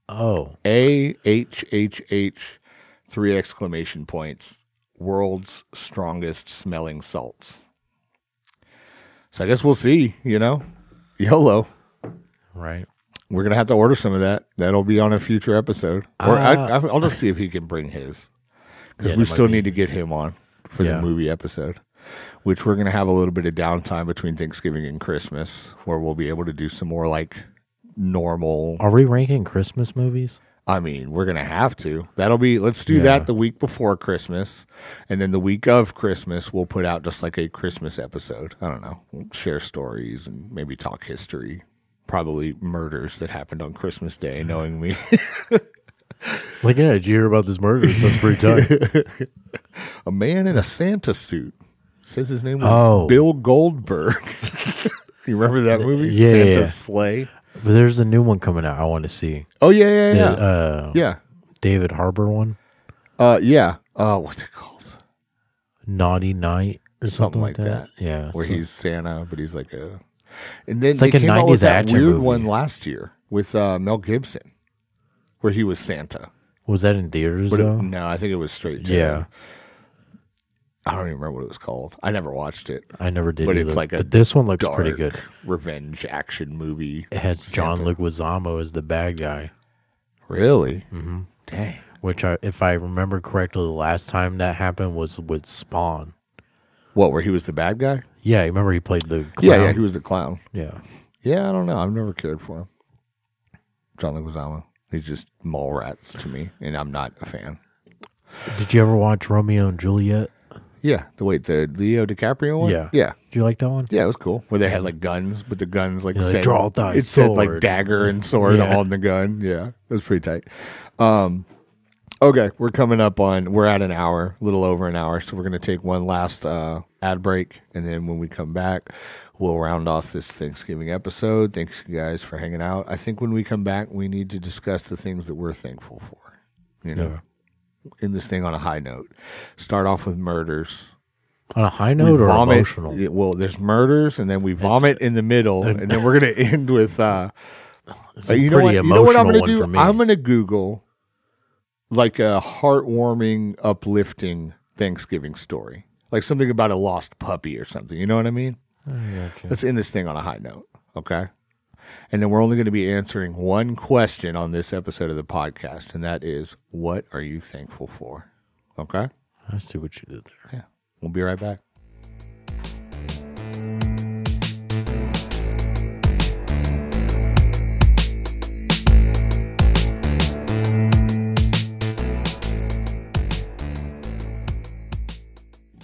S2: Oh,
S1: A H H H three exclamation points. World's strongest smelling salts. So I guess we'll see, you know. YOLO.
S2: right.
S1: We're gonna have to order some of that. That'll be on a future episode. Or I, I, I'll just see if he can bring his, because we
S2: Uh, Yeah, that might
S1: still
S2: be-
S1: need to get him on for
S2: Yeah.
S1: the movie episode, which we're gonna have a little bit of downtime between Thanksgiving and Christmas, where we'll be able to do some more like normal.
S2: Are we ranking Christmas movies?
S1: I mean, we're gonna have to. That'll be. Let's do
S2: Yeah.
S1: that the week before Christmas, and then the week of Christmas, we'll put out just like a Christmas episode. I don't know. We'll share stories and maybe talk history. Probably murders that happened on Christmas Day, knowing me.
S2: Like, yeah, did you hear about this murder? Sounds pretty tight.
S1: a man in a Santa suit says his name was
S2: Oh.
S1: Bill Goldberg. you remember that movie?
S2: Yeah, yeah,
S1: Santa's
S2: yeah.
S1: sleigh.
S2: but there's a new one coming out. I want to see.
S1: Oh yeah, yeah, yeah,
S2: The, uh,
S1: yeah,
S2: David Harbor one,
S1: uh, yeah. Uh, what's it called?
S2: Naughty Night or
S1: Something
S2: something, like
S1: like
S2: that. Yeah,
S1: Where
S2: so-
S1: he's Santa, but he's like a. And then
S2: It's
S1: they
S2: like a
S1: came out with
S2: 90s
S1: that
S2: action
S1: weird
S2: movie.
S1: one last year with uh, Mel Gibson, where he was Santa.
S2: was that in theaters
S1: But it-
S2: though?
S1: no, I think it was straight. To
S2: yeah,
S1: I don't even remember what it was called. I never watched it.
S2: I never did.
S1: But it's
S2: either.
S1: like a
S2: but this one looks pretty
S1: Dark
S2: good.
S1: revenge action movie.
S2: It has John
S1: Santa.
S2: Leguizamo as the bad guy,
S1: Really? Mm-hmm. Dang.
S2: which I, if I remember correctly, the last time that happened was with Spawn.
S1: What? Where he was the bad guy?
S2: Yeah, remember he played the
S1: Yeah,
S2: clown?
S1: yeah, he was the clown.
S2: yeah.
S1: Yeah, I don't know. I've never cared for him. John Leguizamo. He's just mall rats to me, and I'm not a fan.
S2: Did you ever watch Romeo and Juliet?
S1: Yeah, the wait, the Leo DiCaprio one.
S2: Yeah.
S1: yeah,
S2: Did you like that one?
S1: yeah. It was cool where they had like guns, but the guns like
S2: Yeah, like,
S1: said
S2: "Draw thy
S1: it said like
S2: sword."
S1: dagger and sword
S2: Yeah.
S1: on the gun. Yeah, it was pretty tight. Um, okay, we're coming up on we're at an hour, a little over an hour, so we're gonna take one last uh, ad break, and then when we come back, we'll round off this Thanksgiving episode. Thanks you guys for hanging out. I think when we come back, we need to discuss the things that we're thankful for. You know. End this thing on a high note. Start off with murders
S2: On a high note or
S1: vomit.
S2: emotional?
S1: yeah, Well, there's murders, and then we vomit in the middle, and then we're gonna end with. Uh,
S2: It's
S1: uh,
S2: a
S1: you, know
S2: pretty
S1: what, you know what I'm gonna
S2: emotional
S1: do?
S2: one for me.
S1: I'm gonna Google like a heartwarming, uplifting Thanksgiving story, like something about a lost puppy or something. You know what I mean?
S2: I gotcha.
S1: Let's end this thing on a high note, okay? And then we're only going to be answering one question on this episode of the podcast, and that is, what are you thankful for? Okay,
S2: I see what you did there.
S1: we'll be right back.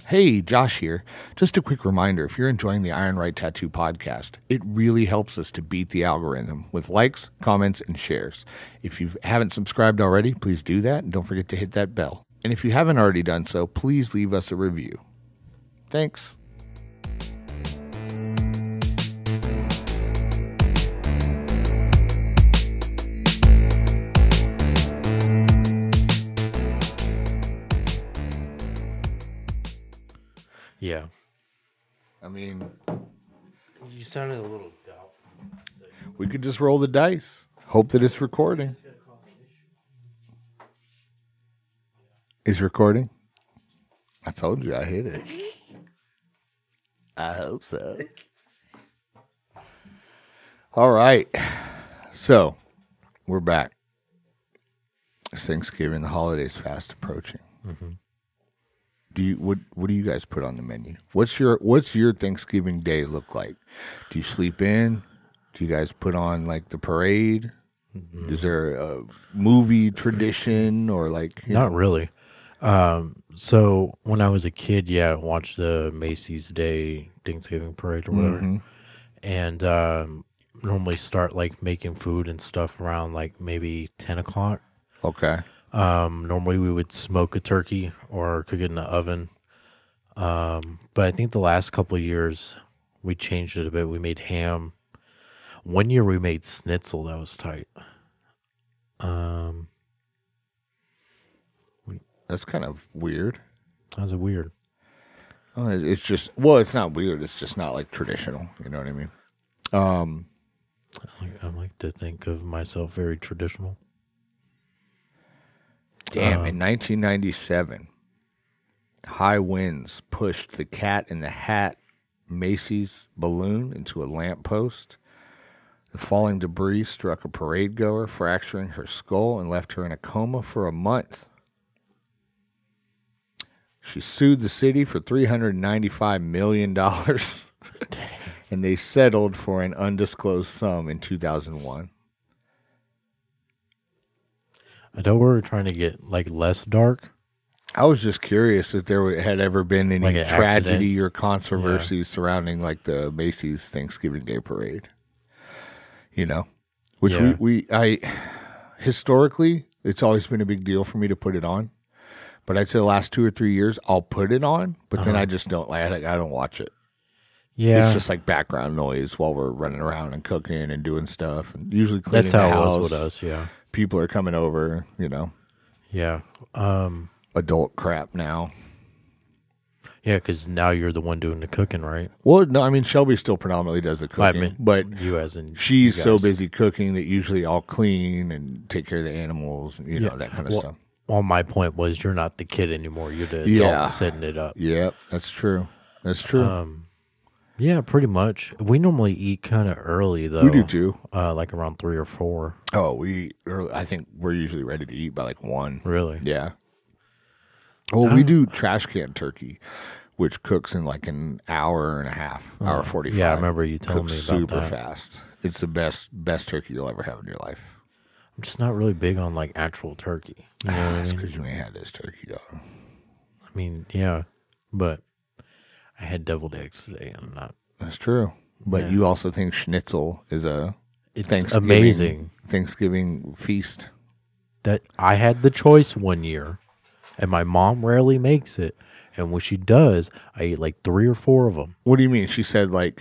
S1: Hey, Josh here. Just a quick reminder if you're enjoying the Iron Right Tattoo podcast, it really helps us to beat the algorithm with likes, comments, and shares. If you haven't subscribed already, please do that and don't forget to hit that bell. And if you haven't already done so, please leave us a review. Thanks.
S2: Yeah.
S1: I mean,
S2: You sounded a little doubt.
S1: we could just roll the dice, hope that it's recording. Is recording? I told you I hit it. I hope so. All right. So we're back. It's Thanksgiving, the holidays fast approaching. Do you what what do you guys put on the menu? What's your what's your Thanksgiving day look like? Do you sleep in? Do you guys put on like the parade? Is there a movie tradition or like you
S2: Not
S1: know,
S2: really. Um, so when I was a kid, yeah, I watched the Macy's Day Thanksgiving Parade or whatever, and um, normally start like making food and stuff around like maybe ten o'clock.
S1: okay?
S2: Um, normally we would smoke a turkey or cook it in the oven, um, but I think the last couple of years we changed it a bit. We made ham. One year we made schnitzel. That was tight. Um,
S1: That's kind of weird.
S2: that was weird.
S1: Oh, it- It's just well, it's not weird. It's just not like traditional. You know what I mean?
S2: Like, I like to think of myself very traditional.
S1: Damn, in 1997, high winds pushed the cat in the hat Macy's balloon into a lamppost. The falling debris struck a parade goer, fracturing her skull and left her in a coma for a month. She sued the city for $395 million, and they settled for an undisclosed sum in 2001.
S2: I know we're trying to get like less dark.
S1: I was just curious if there were- had ever been any
S2: Like an
S1: tragedy or controversy surrounding like the Macy's Thanksgiving Day Parade. You know, which
S2: Yeah.
S1: we, we I historically it's always been a big deal for me to put it on, but I'd say the last two or three years I'll put it on, but then I just don't like I don't watch it.
S2: Uh-huh. Yeah,
S1: It's just like background noise while we're running around and cooking and doing stuff, and usually cleaning
S2: that's how
S1: the
S2: it
S1: house.
S2: was with us. Yeah,
S1: People are coming over, you know,
S2: yeah, um,
S1: adult crap now.
S2: yeah. Because now you're the one doing the cooking, right?
S1: Well, no, I mean Shelby still predominantly does the cooking,
S2: I mean,
S1: but
S2: you as in
S1: she's
S2: you
S1: so
S2: guys.
S1: busy cooking that usually I'll clean and take care of the animals, and, you know that kind of stuff.
S2: Well, well, my point was you're not the kid anymore. You're the adult
S1: Yeah.
S2: setting it up.
S1: Yep, that's true. That's true.
S2: Um, Yeah, pretty much. We normally eat kind of early though.
S1: we do too.
S2: Uh, like around three or four.
S1: Oh, we eat early. I think we're usually ready to eat by like one.
S2: Really?
S1: Yeah. Well,
S2: Um,
S1: we
S2: uh
S1: do trash can turkey, which cooks in like an hour and a half, hour forty five.
S2: Oh, yeah, I remember you telling
S1: cooks
S2: me about
S1: super
S2: that.
S1: fast. It's the best best turkey you'll ever have in your life.
S2: I'm just not really big on like actual turkey. You know what I
S1: That's
S2: mean?
S1: because you ain't had this turkey, dog.
S2: I mean, yeah, but I had deviled eggs today. I'm not.
S1: That's true. But you also think schnitzel is a
S2: It's
S1: Thanksgiving,
S2: amazing
S1: Thanksgiving feast.
S2: that I had the choice one year, and my mom rarely makes it, and when she does, I eat like three or four of them.
S1: What do you mean? She said like,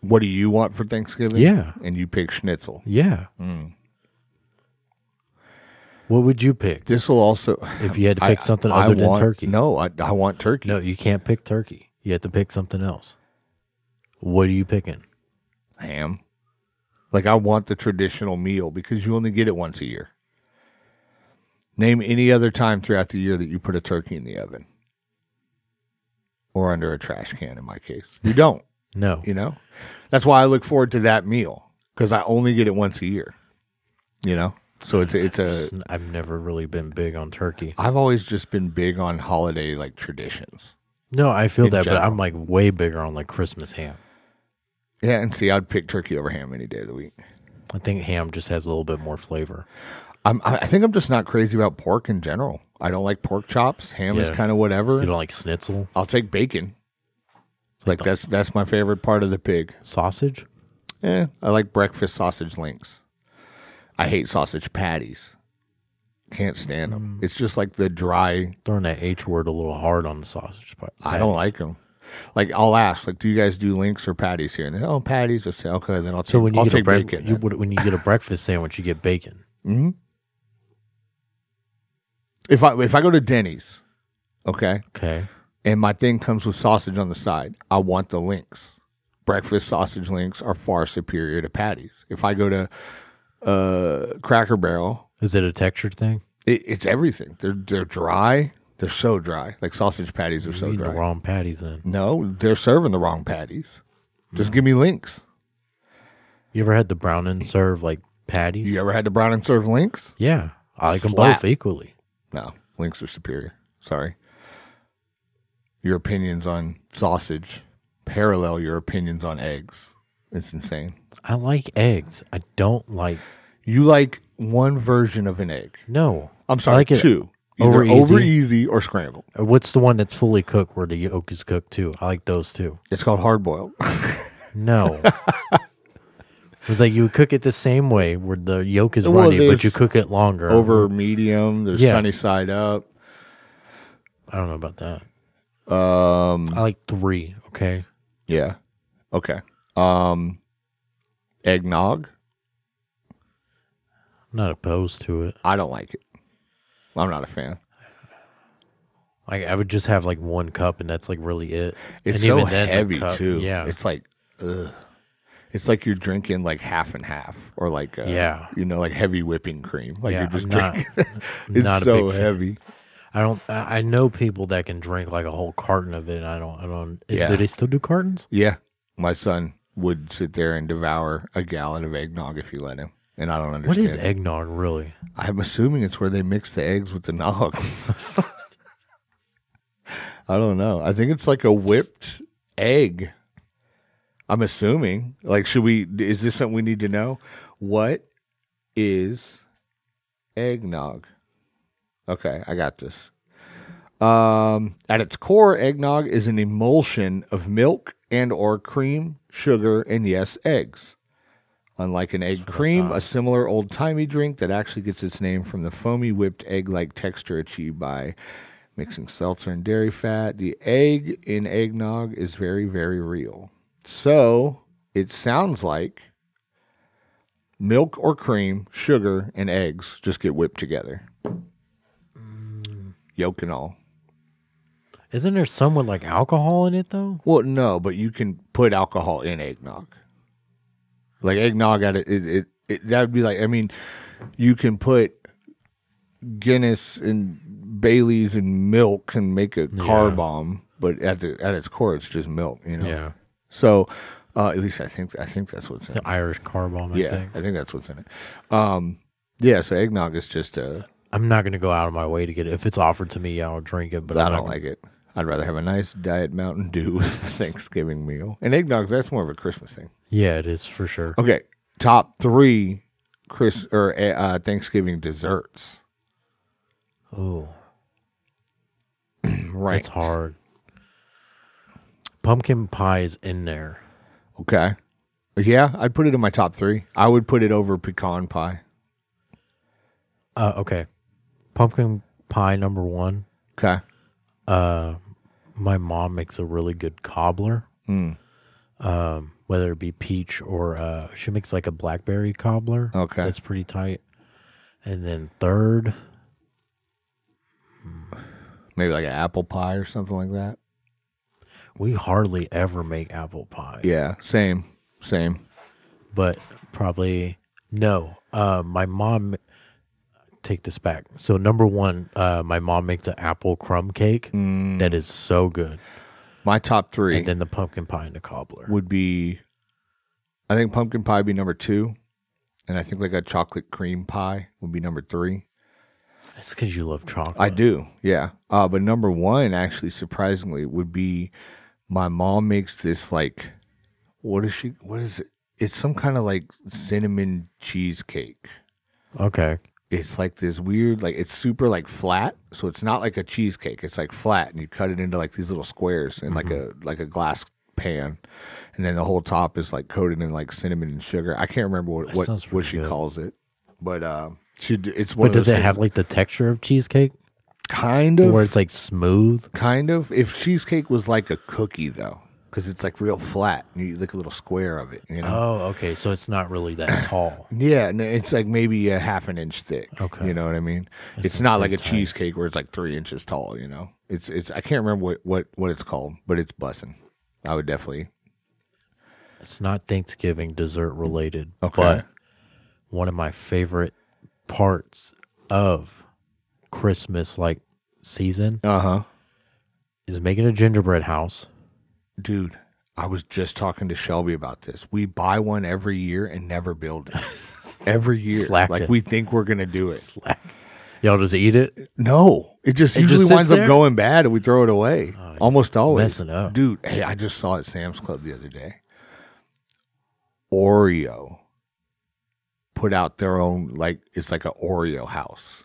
S1: "What do you want for Thanksgiving?"
S2: Yeah.
S1: and you pick schnitzel.
S2: Yeah.
S1: Hmm.
S2: What would you pick
S1: This will also
S2: if you had to
S1: I-
S2: pick something
S1: I
S2: other than
S1: want-
S2: turkey?
S1: No, I, I want turkey.
S2: No, you can't pick turkey. You have to pick something else. What are you picking?
S1: Ham. Like I want the traditional meal because you only get it once a year. Name any other time throughout the year that you put a turkey in the oven or under a trash can. In my case, you don't.
S2: No.
S1: you know that's why i look forward to that meal because i only get it once a year you know so it's a, it's a
S2: Just n- I've never really been big on turkey.
S1: i've always just been big on holiday like traditions
S2: No, I feel
S1: In
S2: that,
S1: general.
S2: but I'm like way bigger on like Christmas ham.
S1: yeah and see i'd pick turkey over ham any day of the week
S2: I think ham just has a little bit more flavor.
S1: I'm, i I think i'm just not crazy about pork in general i don't like pork chops ham is
S2: Yeah.
S1: kind of whatever
S2: You don't like schnitzel
S1: i'll take bacon like that's that's my favorite part of the pig
S2: sausage?
S1: yeah i like breakfast sausage links i hate sausage patties can't stand
S2: Mm.
S1: them it's just like the dry
S2: Throwing that H word a little hard on the sausage. But
S1: I don't like them. Like I'll ask, like, do you guys do links or patties here? And they, oh, patties. I say, okay, then I'll take.
S2: So when you
S1: I'll
S2: get a
S1: take
S2: break,
S1: bacon.
S2: you,
S1: then.
S2: would- when you get a breakfast sandwich, you get bacon.
S1: if I if I go to Denny's, okay,
S2: Okay,
S1: and my thing comes with sausage on the side, I want the links. Breakfast sausage links are far superior to patties. If I go to uh, Cracker Barrel,
S2: is it a texture thing?
S1: it, it's everything. They're they're dry. They're so dry. Like sausage patties are so
S2: Eating the
S1: dry.
S2: wrong patties. Then
S1: No, they're serving the wrong patties.
S2: Mm.
S1: Just give me links.
S2: you ever had the brown and serve like patties?
S1: You ever had the brown and serve links?
S2: Yeah, I like them
S1: Slap.
S2: both equally.
S1: No, links are superior. Sorry. Your opinions on sausage parallel your opinions on eggs. It's insane.
S2: I like eggs. I don't like
S1: You like one version of an egg.
S2: No,
S1: I'm sorry,
S2: I like it
S1: two. Either
S2: over
S1: over
S2: easy.
S1: easy. or scrambled.
S2: What's the one that's fully cooked where the yolk is cooked too? I like those too.
S1: It's called hard boiled.
S2: No. it was like you would cook it the same way where the yolk is
S1: Well,
S2: runny, but you
S1: there's
S2: cook it longer.
S1: over medium. There's
S2: Yeah.
S1: sunny side up.
S2: I don't know about that. Um, I like three. Okay.
S1: Yeah. Okay. Um, eggnog.
S2: I'm not opposed to it.
S1: I don't like it. I'm not a fan.
S2: Like I would just have like one cup, and that's like really it.
S1: It's
S2: and
S1: so
S2: even then, the
S1: heavy
S2: cup-
S1: too.
S2: Yeah,
S1: It's like, ugh. It's like you're drinking like half and half, or like uh
S2: Yeah.
S1: you know, like heavy whipping cream. Like
S2: yeah.
S1: you're just
S2: I'm not,
S1: drinking.
S2: I'm
S1: it's
S2: not a
S1: so
S2: big fan.
S1: heavy.
S2: I don't. I I know people that can drink like a whole carton of it. And I don't. I don't.
S1: Yeah.
S2: Do they still do cartons?
S1: Yeah, my son would sit there and devour a gallon of eggnog if you let him, and I don't understand.
S2: What is eggnog really?
S1: I'm assuming it's where they mix the eggs with the nogs. I don't know. I think it's like a whipped egg. I'm assuming. Like, should we? Is this something we need to know? What is eggnog? Okay, I got this. Um, at its core, eggnog is an emulsion of milk and or cream, sugar, and yes, eggs. Unlike an egg cream, a similar old timey drink that actually gets its name from the foamy whipped egg like texture achieved by mixing seltzer and dairy fat, the egg in eggnog is very, very real. So it sounds like milk or cream, sugar, and eggs just get whipped together. Yolk and all.
S2: Isn't there some with like alcohol in it though?
S1: Well, no, but you can put alcohol in eggnog. Like eggnog, at it, it, it, it that would be like. I mean, you can put Guinness and Bailey's and milk and make a car
S2: Yeah.
S1: bomb, but at the at its core, it's just milk. You know.
S2: Yeah.
S1: So, uh, at least I think I think that's what's in.
S2: The
S1: it.
S2: Irish car bomb. I
S1: Yeah,
S2: think.
S1: I think that's what's in it. Um, yeah. So eggnog is just a.
S2: I'm not gonna go out of my way to get it. If it's offered to me, I'll drink it. But
S1: I
S2: I'm not
S1: don't like it. I'd rather have a nice diet Mountain Dew with a Thanksgiving meal. And eggnog, that's more of a Christmas thing.
S2: Yeah, it is for sure.
S1: Okay, top three Chris or uh, Thanksgiving desserts.
S2: Oh,
S1: Right.
S2: it's hard. Pumpkin pie is in there.
S1: Okay. Yeah, I'd put it in my top three. I would put it over pecan pie.
S2: Uh, okay, pumpkin pie number one.
S1: Okay.
S2: My mom makes a really good cobbler.
S1: Hmm.
S2: Um, whether it be peach or uh, she makes like a blackberry cobbler.
S1: Okay.
S2: that's pretty tight. And then third,
S1: Maybe like an apple pie or something like that.
S2: we hardly ever make apple pie.
S1: Yeah, same, same.
S2: but probably no. Uh, my mom take this back. So number one, uh, my mom makes an apple crumb cake
S1: Hmm.
S2: that is so good,
S1: My top three
S2: and then the pumpkin pie and the cobbler.
S1: would be, I think pumpkin pie would be number two, and I think like a chocolate cream pie would be number three.
S2: That's because you love chocolate.
S1: I do, yeah. Uh, but number one, actually, surprisingly, would be my mom makes this like, what is she? What is it? It's some kind of like cinnamon cheesecake.
S2: okay,
S1: It's like this weird, like it's super like flat, so it's not like a cheesecake. It's like flat, and you cut it into like these little squares in like
S2: Mm-hmm.
S1: a like a glass pan, and then the whole top is like coated in like cinnamon and sugar. I can't remember what what,
S2: sounds
S1: what
S2: pretty
S1: she
S2: good.
S1: calls it, but uh, she d- it's one.
S2: but
S1: of
S2: does
S1: those
S2: it
S1: things-
S2: have like the texture of cheesecake
S1: kind of
S2: where it's like smooth?
S1: Kind of. If cheesecake was like a cookie, though, because it's like real flat, and you look a little square of it, you know.
S2: Oh, okay. So it's not really that tall.
S1: yeah, and it's like maybe a half an inch thick.
S2: Okay.
S1: you know what I mean. it's not like a cheesecake where it's like three inches tall. You know, it's it's. I can't remember what what what it's called, but it's bussin'. I would definitely.
S2: It's not Thanksgiving dessert related,
S1: Okay.
S2: but one of my favorite parts of Christmas like season
S1: Uh huh.
S2: is making a gingerbread house.
S1: Dude, I was just talking to Shelby about this. We buy one every year and never build it. every year,
S2: Slack
S1: like
S2: it.
S1: we think we're gonna do it.
S2: Y'all just eat it.
S1: No, it just
S2: It just
S1: usually
S2: sits
S1: winds
S2: there? Oh,
S1: up going bad and we throw it away. Almost always.
S2: messing up.
S1: Dude, hey, I just saw at Sam's Club the other day. Oreo put out their own like it's like an Oreo house.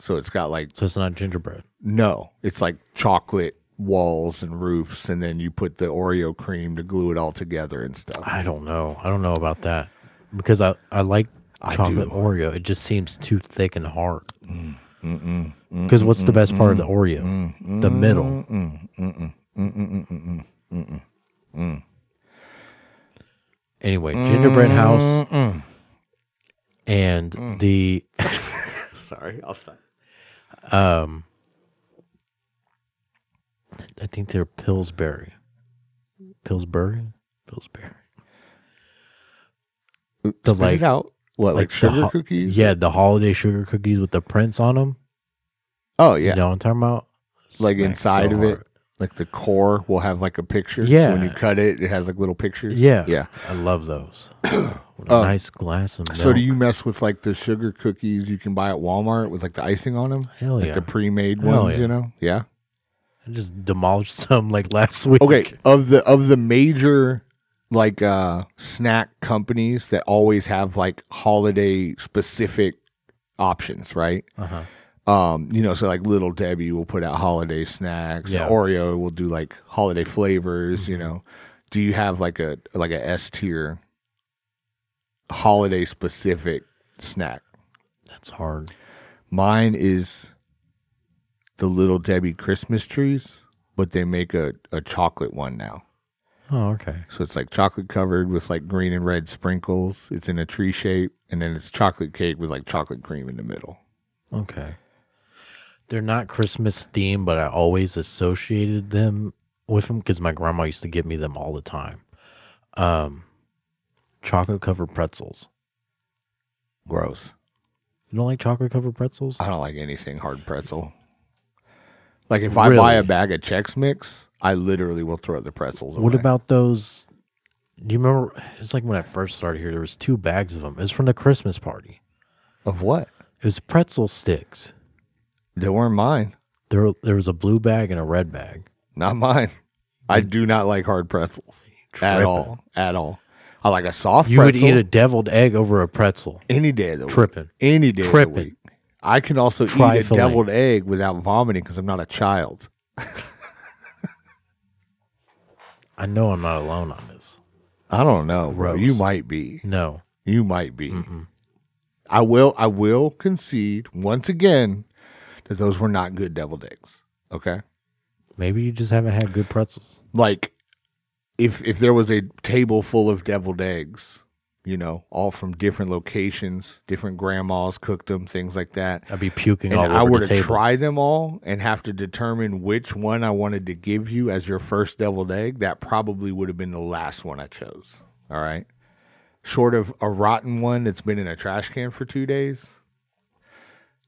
S1: So it's got like
S2: So it's not gingerbread.
S1: no, it's like chocolate walls and roofs, and then you put the Oreo cream to glue it all together and stuff.
S2: I don't know. I don't know about that because I I like
S1: I
S2: chocolate
S1: do.
S2: Oreo. It just seems too thick and hard. Because what's the best part of the Oreo? the middle. Anyway, gingerbread house and the
S1: Sorry, I'll stop.
S2: I think they're Pillsbury. Pillsbury? Pillsbury. The
S1: Spit
S2: like
S1: it out. What like,
S2: the
S1: sugar
S2: ho-
S1: cookies?
S2: Yeah, the holiday sugar cookies with the prints on them.
S1: Oh yeah,
S2: You know what I'm talking about?
S1: like
S2: Smack
S1: inside
S2: so
S1: of it,
S2: hard.
S1: like the core will have like a picture. so when you
S2: Yeah.
S1: cut it, it has like little pictures.
S2: Yeah.
S1: yeah.
S2: I love those. With a nice glass of milk.
S1: Oh. So do you mess with like the sugar cookies you can buy at Walmart with like the icing on them?
S2: Hell
S1: like
S2: Oh, yeah.
S1: the pre-made
S2: Hell
S1: ones,
S2: yeah.
S1: you know? Yeah.
S2: I just demolished some like last week.
S1: Okay, of the of the major like uh snack companies that always have like holiday specific options, right?
S2: Uh-huh.
S1: Um, you know, so like Little Debbie will put out holiday snacks,
S2: Yeah. Mm-hmm.
S1: Oreo will do like holiday flavors, you know. Do you have like a like a S tier holiday specific snack?
S2: That's hard.
S1: Mine is the little Debbie Christmas trees, but they make a, a chocolate one now.
S2: Oh, okay.
S1: So it's like chocolate covered with like green and red sprinkles. It's in a tree shape, and then it's chocolate cake with like chocolate cream in the middle.
S2: Okay. They're not Christmas themed, but I always associated them with them because my grandma used to give me them all the time. Um, chocolate covered pretzels.
S1: Gross.
S2: You don't like chocolate covered pretzels?
S1: I don't like anything hard pretzel. Like if I buy a
S2: Really?
S1: bag of Chex Mix, I literally will throw the pretzels away.
S2: What about those? Do you remember? It's like when I first started here. There was two bags of them. It was from the Christmas party.
S1: of what?
S2: It was pretzel sticks.
S1: They weren't mine.
S2: There, there was a blue bag and a red bag.
S1: Not mine. I do not like hard pretzels at
S2: Tripping.
S1: all. At all. I like a soft
S2: You
S1: pretzel.
S2: would eat a deviled egg over a pretzel.
S1: any day of the week.
S2: Tripping.
S1: Any day of the
S2: Tripping.
S1: week. I can also eat a
S2: Trifling.
S1: deviled egg without vomiting because I'm not a child.
S2: I know I'm not alone on this.
S1: I don't know. Bro.
S2: gross.
S1: You might be.
S2: No.
S1: You might be. I will. I will concede once again that those were not good deviled eggs. Okay.
S2: Maybe you just haven't had good pretzels.
S1: Like, if if there was a table full of deviled eggs, you know, all from different locations, different grandmas cooked them, things like that.
S2: I'd be puking
S1: and
S2: all over
S1: I were
S2: the
S1: to
S2: table.
S1: try them all and have to determine which one I wanted to give you as your first deviled egg, that probably would have been the last one I chose. All right. Short of a rotten one that's been in a trash can for two days.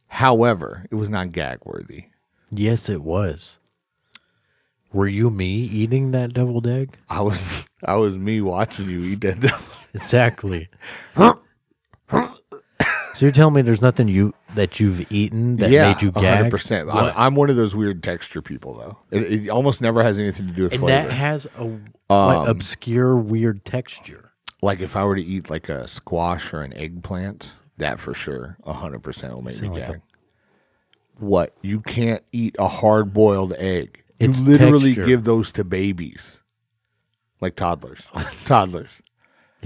S1: However, it was not gag worthy.
S2: yes, it was. Were you me eating that deviled egg?
S1: I was I was me watching you eat that. devil-
S2: Exactly. so you're telling me there's nothing you that you've eaten that made you gag?
S1: 100%. I'm,
S2: What?
S1: I'm one of those weird texture people though. It, it almost never has anything to do with
S2: and
S1: flavor.
S2: that has a what, obscure, weird texture.
S1: like if I were to eat like a squash or an eggplant, that for sure, hundred percent will make me
S2: Sound like a-
S1: gag. What you can't eat a hard boiled egg.
S2: It's
S1: you literally
S2: texture.
S1: give those to babies, like toddlers, toddlers.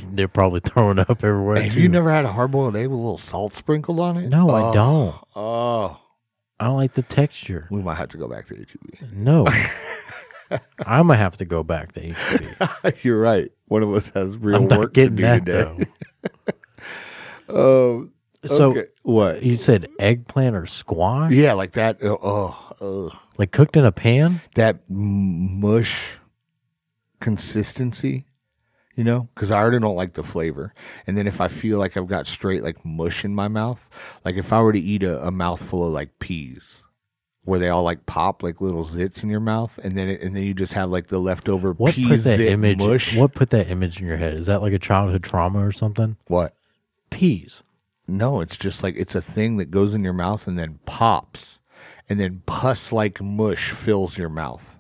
S2: They're probably throwing up everywhere.
S1: Have
S2: too.
S1: you never had a hard boiled egg with a little salt sprinkled on it?
S2: no, I
S1: Oh,
S2: don't.
S1: Oh,
S2: I don't like the texture.
S1: we might have to go back to E HEB.
S2: No. I'm gonna have to go back to HB.
S1: You're right. One of us has real
S2: I'm
S1: work
S2: not
S1: to
S2: getting
S1: do
S2: that
S1: today. Oh,
S2: though. So
S1: okay. what?
S2: you said eggplant or squash,
S1: Yeah, like that. Oh, oh, oh.
S2: like cooked in a pan?
S1: that m- mush consistency, you know, because I already don't like the flavor. And then if I feel like I've got straight like mush in my mouth, like if I were to eat a, a mouthful of like peas, where they all like pop like little zits in your mouth, and then it, and then you just have like the leftover
S2: What
S1: pea
S2: put that
S1: zit
S2: image?
S1: mush.
S2: What put that image in your head? Is that like a childhood trauma or something?
S1: What?
S2: Peas.
S1: No, it's just like it's a thing that goes in your mouth and then pops, and then pus like mush fills your mouth.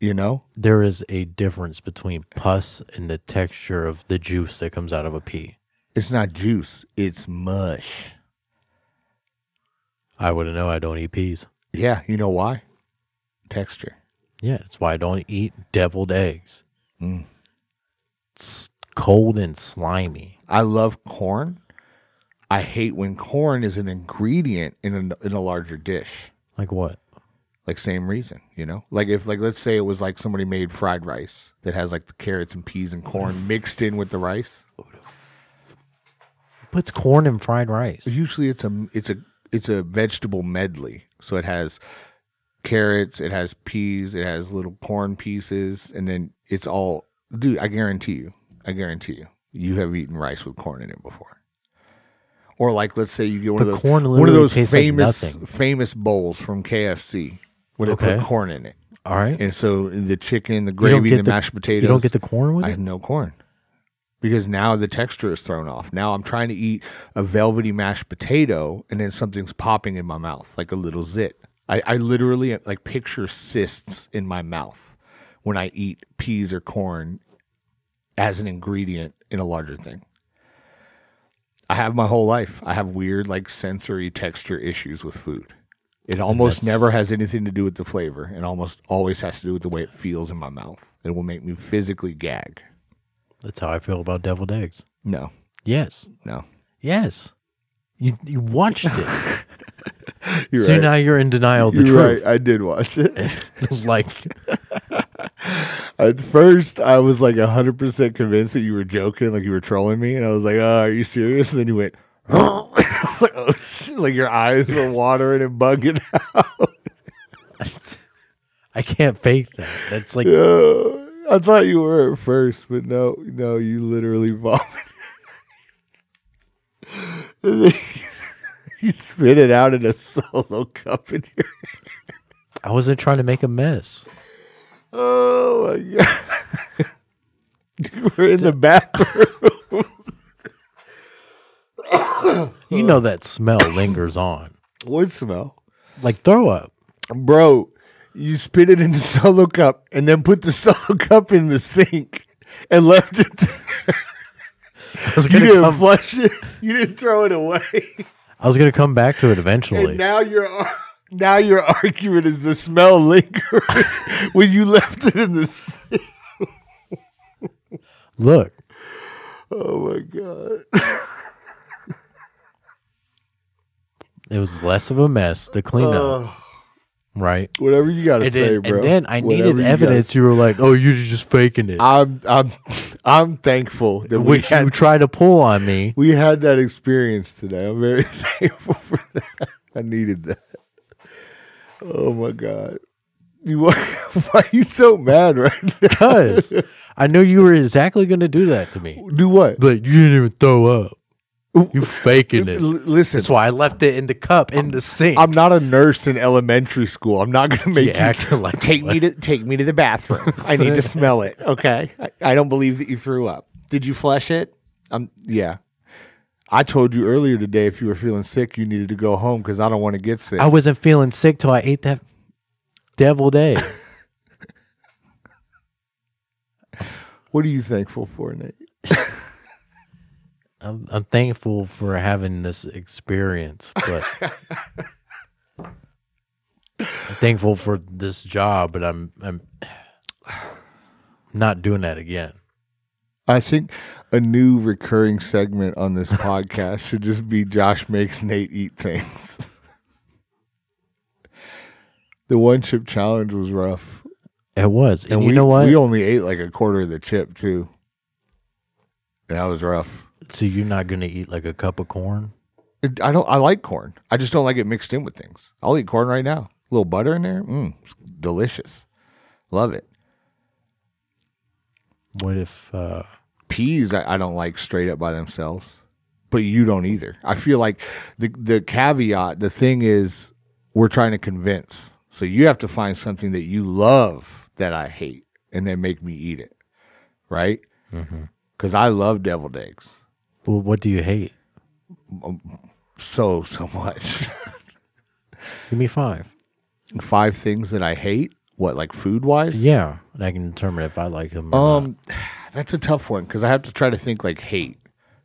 S1: You know,
S2: There is a difference between pus and the texture of the juice that comes out of a pea.
S1: it's not juice; it's mush.
S2: I wouldn't know. I don't eat peas.
S1: Yeah, you know why? Texture.
S2: Yeah, that's why I don't eat deviled eggs.
S1: Mm.
S2: It's cold and slimy.
S1: I love corn. I hate when corn is an ingredient in a, in a larger dish.
S2: Like what?
S1: Like same reason, you know. Like if like let's say it was like somebody made fried rice that has like the carrots and peas and corn mixed in with the rice.
S2: Puts corn in fried rice.
S1: Usually it's a it's a it's a vegetable medley. So it has carrots, it has peas, it has little corn pieces, and then it's all. Dude, I guarantee you, I guarantee you, you have eaten rice with corn in it before. Or like, let's say you get one
S2: But
S1: of those one
S2: corn
S1: of
S2: literally
S1: those
S2: tastes like
S1: famous
S2: nothing.
S1: famous bowls from KFC where they
S2: Okay.
S1: put corn in it,
S2: All right.
S1: and so the chicken, the gravy,
S2: get
S1: the,
S2: the-
S1: mashed potatoes.
S2: You don't get the corn with
S1: I
S2: it?
S1: have no corn because now the texture is thrown off. Now I'm trying to eat a velvety mashed potato and then something's popping in my mouth like a little zit. I, I literally like picture cysts in my mouth when I eat peas or corn as an ingredient in a larger thing. I have my whole life. I have weird like sensory texture issues with food. It almost
S2: that's-
S1: never has anything to do with the flavor and almost always has to do with the way it feels in my mouth. It will make me physically gag.
S2: That's how I feel about deviled eggs.
S1: No,
S2: Yes.
S1: no.
S2: Yes. You, you watched it.
S1: You're
S2: so
S1: right.
S2: now you're in denial of the
S1: You're
S2: truth.
S1: right. I did watch it.
S2: like,
S1: At first, I was like 100% convinced that you were joking, like you were trolling me. And I was like, oh, are you serious? And then you went, I was like, oh, shit. Like your eyes were watering and bugging out.
S2: I can't fake that. That's like,
S1: Oh, I thought you were at first, but no, no, you literally vomited. And then you spit it out in a solo cup in your.
S2: I wasn't trying to make a mess.
S1: Oh my god! you were in the bathroom. Uh.
S2: You know that smell lingers on.
S1: What smell,
S2: Like throw up.
S1: bro? You spit it in the solo cup and then put the solo cup in the sink and left it. There.
S2: I was
S1: You
S2: gonna,
S1: didn't
S2: come,
S1: flush it. You didn't throw it away.
S2: I was gonna come back to it eventually.
S1: And now your ar- now your argument is the smell lingered when you left it in the. s-
S2: Look,
S1: Oh my god!
S2: it was less of a mess. The
S1: Uh.
S2: cleanup, right?
S1: Whatever you gotta
S2: And
S1: say,
S2: then,
S1: bro.
S2: and then I
S1: Whatever
S2: needed
S1: you gotta
S2: evidence. You were like, "Oh, you're just faking it,"
S1: I'm I'm I'm thankful that we
S2: which you
S1: had
S2: tried to pull on me.
S1: we had that experience today. I'm very thankful for that. I needed that. Oh my god. You why, why are you so mad right now?
S2: Cause I knew you were exactly going to do that to me.
S1: Do what?
S2: But you didn't even throw up. You faking
S1: L-
S2: it.
S1: listen,
S2: That's why I left it in the cup in the sink.
S1: I'm not a nurse in elementary school. I'm not gonna make you
S2: You acting like
S1: take me to take me to the bathroom. I need to smell it. Okay. I, I don't believe that you threw up. Did you flush it? Um yeah. I told you earlier today if you were feeling sick, you needed to go home because I don't want to get sick.
S2: I wasn't feeling sick till I ate that deviled egg.
S1: what are you thankful for, Nate?
S2: I'm, I'm thankful for having this experience, but I'm thankful for this job. But I'm I'm not doing that again.
S1: I think a new recurring segment on this podcast should just be Josh makes Nate eat things. the one chip challenge was rough.
S2: It was, and, you
S1: we,
S2: know what?
S1: We only ate like a quarter of the chip too. And that was rough.
S2: so you're not gonna eat like a cup of corn?
S1: It- I don't. I like corn. I just don't like it mixed in with things. I'll eat corn right now. A little butter in there. Mm, it's delicious. Love it.
S2: What if? uh
S1: peas I, I don't like straight up by themselves, but you don't either. I feel like the the caveat, the thing is, we're trying to convince. So you have to find something that you love that I hate, and then make me eat it, right?
S2: Mm-hmm.
S1: Because I love deviled eggs
S2: Well, what do you hate?
S1: so so much.
S2: Give me five.
S1: Five things that I hate. What like food wise?
S2: Yeah, Oh, and I can determine if I like him. Or not.
S1: Um, that's a tough one because I have to try to think like hate.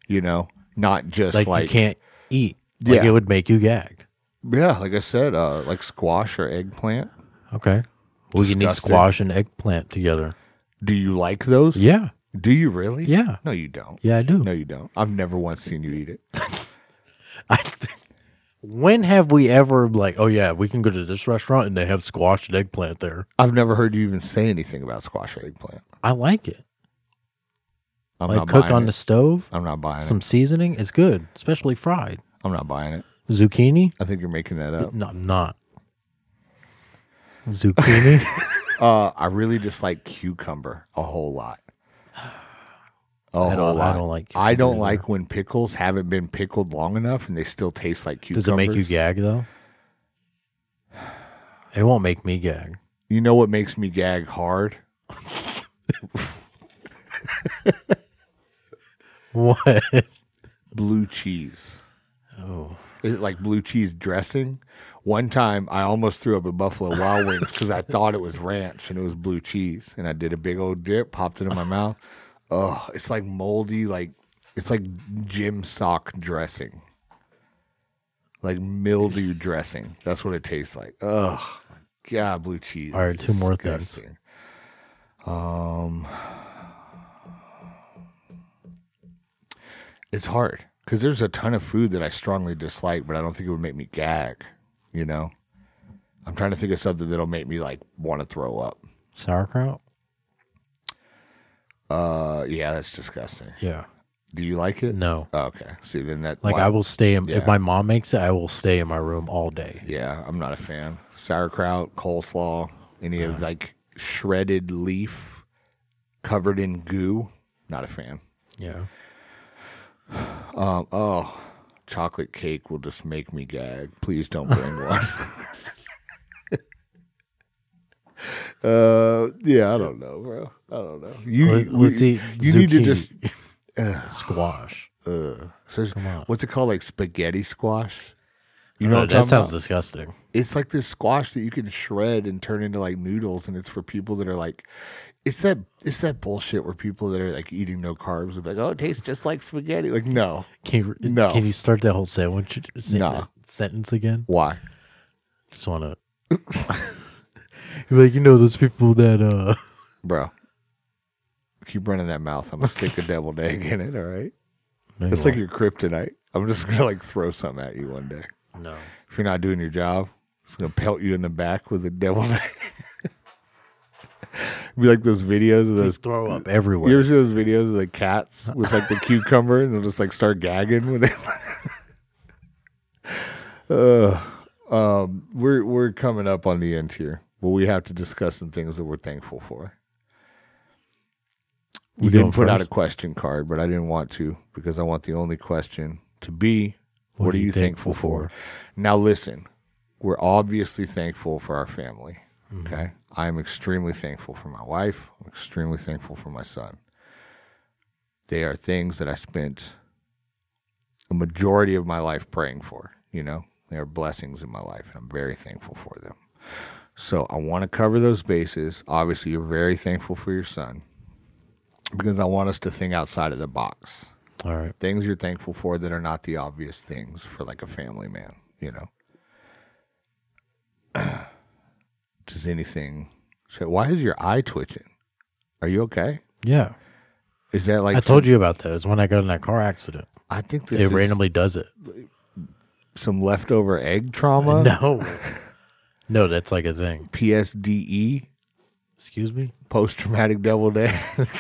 S1: You know, not just
S2: Like,
S1: like,
S2: you can't eat. Like
S1: Yeah.
S2: it would make you gag.
S1: yeah, like I said, uh, like squash or eggplant.
S2: Okay. We can eat
S1: Disgusting.
S2: squash and eggplant together.
S1: Do you like those?
S2: Yeah.
S1: Do you really?
S2: Yeah.
S1: No, you don't.
S2: Yeah, I do.
S1: No, you don't. I've never once seen you eat it.
S2: When have we ever like, oh yeah, we can go to this restaurant and they have squash and eggplant there.
S1: I've never heard you even say anything about squash or eggplant.
S2: I like it.
S1: I'm
S2: like
S1: not
S2: cook
S1: buying
S2: on
S1: it.
S2: the stove,
S1: I'm not buying it.
S2: some seasoning, it's good, especially fried.
S1: I'm not buying it.
S2: Zucchini?
S1: I think you're making that up.
S2: No, I'm not. Zucchini?
S1: Uh, I really dislike cucumber a whole lot. A
S2: I
S1: whole
S2: don't, I
S1: lot.
S2: don't like
S1: I don't
S2: cucumber
S1: like when pickles haven't been pickled long enough and they still taste like
S2: either.
S1: cucumbers.
S2: Does it make you gag though? It won't make me gag.
S1: You know what makes me gag hard?
S2: What?
S1: Blue cheese.
S2: Oh.
S1: Is it like blue cheese dressing? One time I almost threw up at Buffalo Wild Wings because I thought it was ranch and it was blue cheese. And I did a big old dip, popped it in my mouth. Oh, it's like moldy, like it's like gym sock dressing. Like mildew dressing. That's what it tastes like. Oh God, blue cheese.
S2: All right,
S1: is
S2: two more things.
S1: disgusting. It's hard because there's a ton of food that I strongly dislike, but I don't think it would make me gag. You know, I'm trying to think of something that'll make me like want to throw up.
S2: Sauerkraut?
S1: Uh, yeah, that's disgusting.
S2: Yeah.
S1: Do you like it?
S2: No.
S1: Oh, okay. See, then that
S2: Like
S1: why-
S2: I will stay in,
S1: Yeah.
S2: if my mom makes it, I will stay in my room all day.
S1: Yeah, I'm not a fan. Sauerkraut, coleslaw, any
S2: Uh-huh.
S1: of like shredded leaf covered in goo. Not a fan.
S2: Yeah.
S1: Um, oh, chocolate cake will just make me gag. Please don't bring one. uh, yeah, I don't know, bro. I don't know. You,
S2: Let-
S1: we-
S2: let's eat
S1: you need to
S2: zucchini.
S1: just.
S2: Squash.
S1: Uh, so
S2: on.
S1: what's it called? Like spaghetti squash. You
S2: Uh,
S1: know what I'm
S2: that
S1: talking
S2: sounds
S1: about?
S2: disgusting.
S1: It's like this squash that you can shred and turn into like noodles, and it's for people that are like, it's that it's that bullshit where people that are like eating no carbs are like, oh, it tastes just like spaghetti. Like, no,
S2: Can you,
S1: No.
S2: can you start that whole sandwich sen-
S1: No.
S2: sentence again?
S1: why?
S2: Just want to. like you know those people that uh
S1: bro. Keep running that mouth. I'm gonna stick a deviled egg in it. All right.
S2: no, you
S1: It's like
S2: won't.
S1: your kryptonite. I'm just gonna like throw something at you one day.
S2: no
S1: If you're not doing your job, it's gonna pelt you in the back with a deviled egg. Be like those videos of those.
S2: throw up
S1: You
S2: everywhere.
S1: ever see those videos of the cats with like the cucumber and they'll just like start gagging when they. Ugh. um, we're we're coming up on the end here, but we have to discuss some things that we're thankful for. We
S2: You
S1: didn't
S2: going
S1: put out a
S2: first?
S1: question card, but I didn't want to because I want the only question to be what, are you thankful, for? Now, listen, we're obviously thankful for our family. Okay. I'm extremely thankful for my wife. I'm extremely thankful for my son. They are things that I spent a majority of my life praying for. You know, they are blessings in my life, and I'm very thankful for them. So I want to cover those bases. Obviously, you're very thankful for your son because I want us to think outside of the box.
S2: All right,
S1: Things you're thankful for that are not the obvious things for like a family man, you know. Does anything so why is your eye twitching? Are you okay?
S2: yeah.
S1: Is that like
S2: I told you about that. It's when I got in that car accident.
S1: I think this
S2: It
S1: is
S2: randomly does it.
S1: some leftover egg trauma.
S2: no, no, that's like a thing.
S1: PSDE,
S2: Excuse me.
S1: post traumatic E, double day.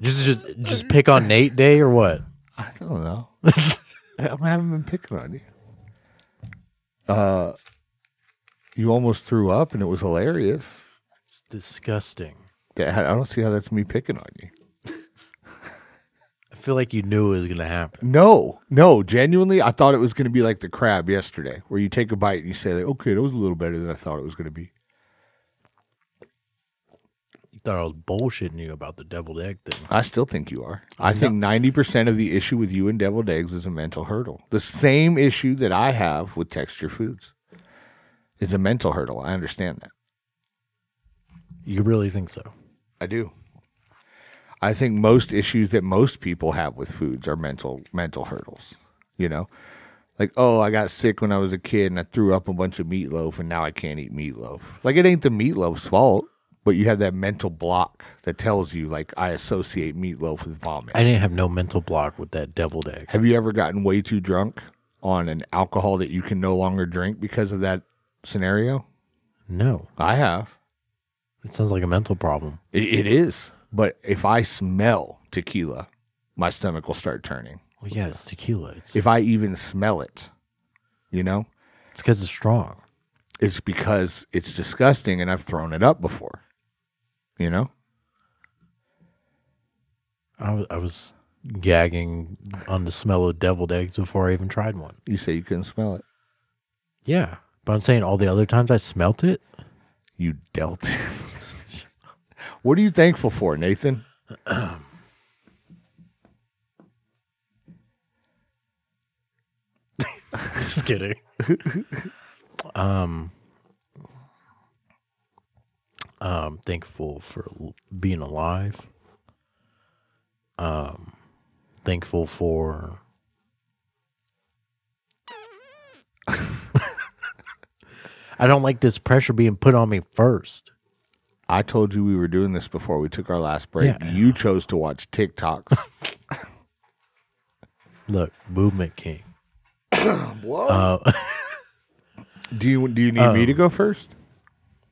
S2: Just just just pick on Nate Day or what?
S1: I don't know. I haven't been picking on you. Uh, you almost threw up, and it was hilarious.
S2: It's disgusting.
S1: Yeah, I don't see how that's me picking on you.
S2: I feel like you knew it was gonna happen.
S1: No, no, genuinely, I thought it was going to be like the crab yesterday, where you take a bite and you say, like, "Okay, that was a little better than I thought it was going to be."
S2: thought I was bullshitting you about the deviled egg thing.
S1: I still think you are. I think ninety percent of the issue with you and deviled eggs is a mental hurdle. The same issue that I have with texture foods. It's a mental hurdle. I understand that.
S2: You really think so?
S1: I do. I think most issues that most people have with foods are mental mental hurdles. You know, like oh, I got sick when I was a kid and I threw up a bunch of meatloaf and now I can't eat meatloaf. Like it ain't the meatloaf's fault, but you have that mental block that tells you like I associate meatloaf with vomit.
S2: I didn't have no mental block with that deviled egg.
S1: have you ever gotten way too drunk on an alcohol that you can no longer drink because of that scenario?
S2: No,
S1: I have.
S2: it sounds like a mental problem.
S1: It, it is. But if I smell tequila, my stomach will start turning.
S2: Well, yeah, it's tequila. It's
S1: If I even smell it, you know,
S2: it's because it's strong.
S1: it's because it's disgusting and I've thrown it up before, you know?
S2: I was, I was gagging on the smell of deviled eggs before I even tried one.
S1: You say you couldn't smell it.
S2: Yeah, but I'm saying all the other times I smelt it,
S1: You dealt it. what are you thankful for, Nathan?
S2: Just kidding. um, I'm thankful for l- being alive. Um, thankful for. I don't like this pressure being put on me first.
S1: I told you we were doing this before we took our last break.
S2: Yeah.
S1: You chose to watch TikToks.
S2: Look, movement king.
S1: do you do you need me to go first?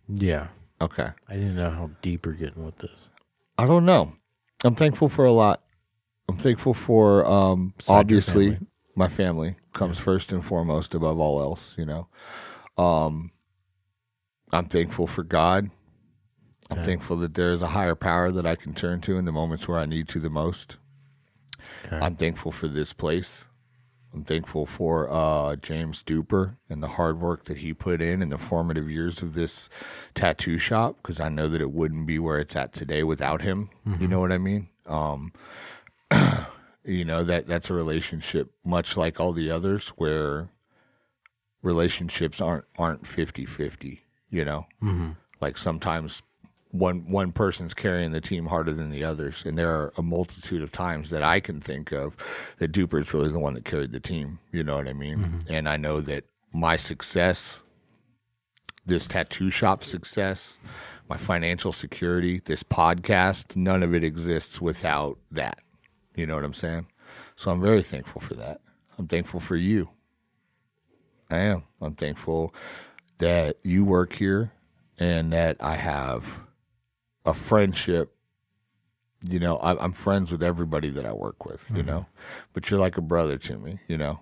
S2: Yeah,
S1: Okay.
S2: I didn't know how deep you're getting with this.
S1: I don't know. I'm thankful for a lot. I'm thankful for um
S2: your
S1: obviously
S2: family.
S1: my family comes first and foremost above all else, you know. Um I'm thankful for God. I'm thankful that there is a higher power that I can turn to in the moments where I need to the most.
S2: Okay.
S1: I'm thankful for this place. I'm thankful for uh, James Duper and the hard work that he put in in the formative years of this tattoo shop because I know that it wouldn't be where it's at today without him. You know what I mean? Um, you know that that's a relationship much like all the others where relationships aren't aren't 50-50, you know? Like sometimes one one person's carrying the team harder than the others, and there are a multitude of times that I can think of that Duper's really the one that carried the team. You know what I mean? And I know that my success, this tattoo shop success, my financial security, this podcast, none of it exists without that. You know what I'm saying? So I'm very thankful for that. I'm thankful for you. I am. I'm thankful that you work here and that I have a friendship. You know, I, I'm friends with everybody that I work with, you know, but you're like a brother to me, you know.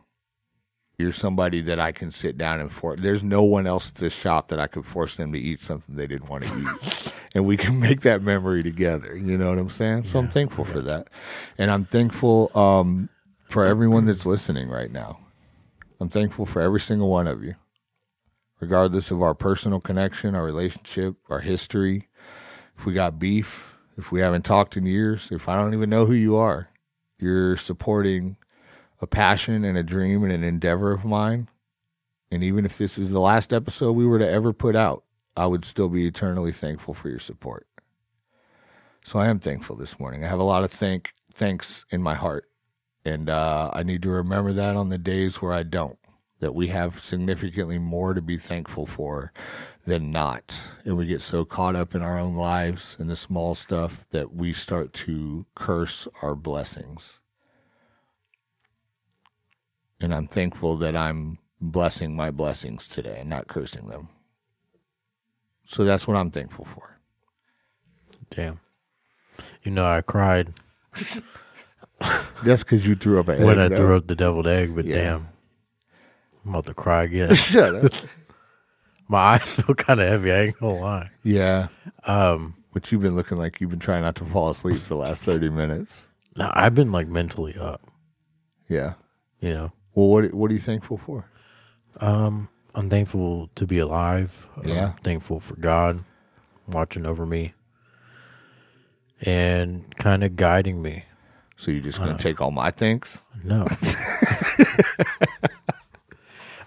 S1: You're somebody that I can sit down and for. There's no one else at this shop that I could force them to eat something they didn't want to eat. and we can make that memory together. You know what I'm saying? So I'm thankful for that. And I'm thankful um, for everyone that's listening right now. I'm thankful for every single one of you, regardless of our personal connection, our relationship, our history. If we got beef, if we haven't talked in years, if I don't even know who you are, you're supporting a passion and a dream and an endeavor of mine. And even if this is the last episode we were to ever put out, I would still be eternally thankful for your support. So I am thankful this morning. I have a lot of thank thanks in my heart. And uh, I need to remember that on the days where I don't, that we have significantly more to be thankful for than not. And we get so caught up in our own lives and the small stuff that we start to curse our blessings. And I'm thankful that I'm blessing my blessings today and not cursing them. So that's what I'm thankful for.
S2: Damn. You know, I cried
S1: That's because you threw up an
S2: when I
S1: egg, though.
S2: threw up the deviled egg, but
S1: Yeah.
S2: damn, I'm about to cry again.
S1: Shut up.
S2: My eyes feel kind of heavy. I ain't gonna lie.
S1: Yeah. Um, but you've been looking like you've been trying not to fall asleep for the last 30 minutes.
S2: No, I've been like mentally up.
S1: Yeah.
S2: You know,
S1: Well, what what are you thankful for?
S2: I'm thankful to be alive. I'm
S1: Yeah.
S2: thankful for God watching over me. and kind of guiding me.
S1: So you're just gonna take all my things?
S2: No.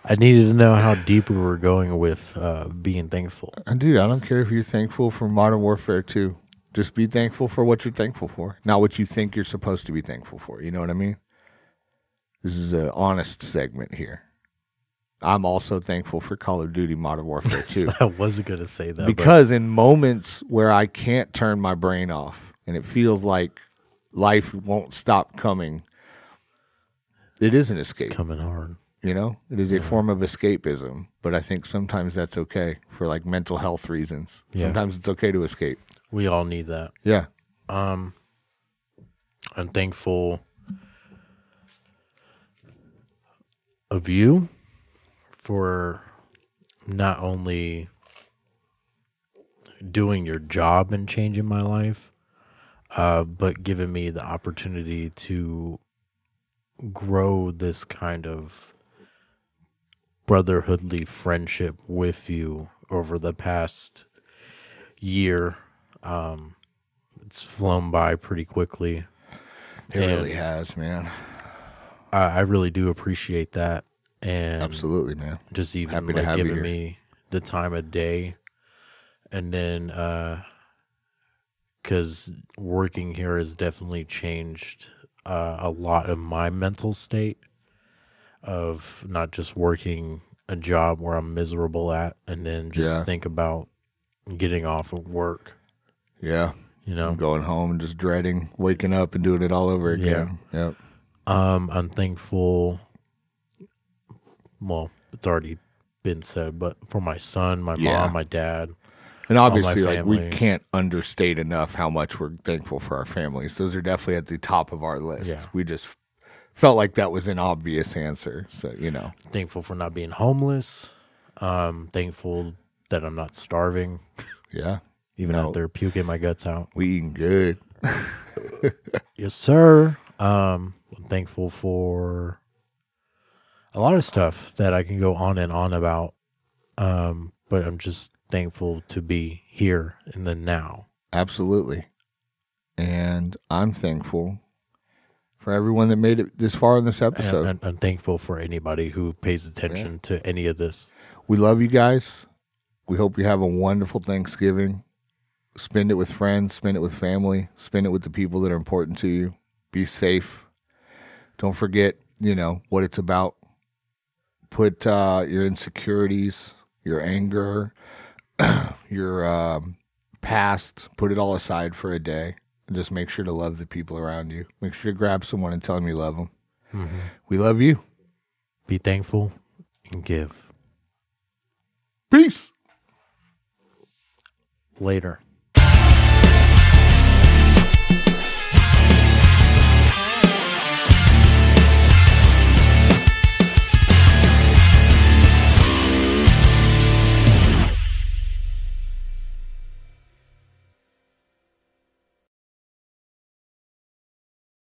S2: I needed to know how deep we were going with uh, being thankful.
S1: And dude, I don't care if you're thankful for Modern Warfare 2. Just be thankful for what you're thankful for, not what you think you're supposed to be thankful for. You know what I mean? This is an honest segment here. I'm also thankful for Call of Duty Modern Warfare 2
S2: I wasn't going to say that. but
S1: because in moments where I can't turn my brain off and it feels like life won't stop coming, it is an escape.
S2: coming hard.
S1: You know, it is a form of escapism, but I think sometimes that's okay for like mental health reasons.
S2: Yeah.
S1: Sometimes it's okay to escape.
S2: We all need that.
S1: Yeah.
S2: I'm thankful of you for not only doing your job and changing my life, uh, but giving me the opportunity to grow this kind of brotherhoodly friendship with you over the past year. Um, it's flown by pretty quickly.
S1: It really has, man.
S2: I, I really do appreciate that, and
S1: Absolutely, man.
S2: just even
S1: Happy to
S2: like
S1: have you
S2: giving
S1: here.
S2: me the time of day, and then because working here has definitely changed uh, a lot of my mental state of not just working a job where I'm miserable at, and then just
S1: Yeah.
S2: think about getting off of work.
S1: Yeah.
S2: You know,
S1: I'm going home and just dreading waking up and doing it all over again. Yep.
S2: Um, I'm thankful. Well, it's already been said, but for my son, my
S1: Yeah.
S2: mom, my dad,
S1: And obviously, like we
S2: family.
S1: can't understate enough how much we're thankful for our families. Those are definitely at the top of our list.
S2: Yeah.
S1: We just felt like that was an obvious answer. So, you know.
S2: thankful for not being homeless. Um, thankful that I'm not starving,
S1: Yeah.
S2: even
S1: No.
S2: out there puking my guts out.
S1: We eating good.
S2: Yes, sir. Um, I'm thankful for a lot of stuff that I can go on and on about. Um, but I'm just thankful to be here in the now.
S1: Absolutely. And I'm thankful for everyone that made it this far in this
S2: And
S1: episode.
S2: I'm, I'm thankful for anybody who pays attention to any of this.
S1: We love you guys. We hope you have a wonderful Thanksgiving. Spend it with friends, spend it with family, spend it with the people that are important to you. Be safe. Don't forget, you know, what it's about. Put uh, your insecurities, your anger, your um, past, put it all aside for a day. And just make sure to love the people around you. Make sure to grab someone and tell them you love them. We love you.
S2: Be thankful and give
S1: Peace.
S2: later.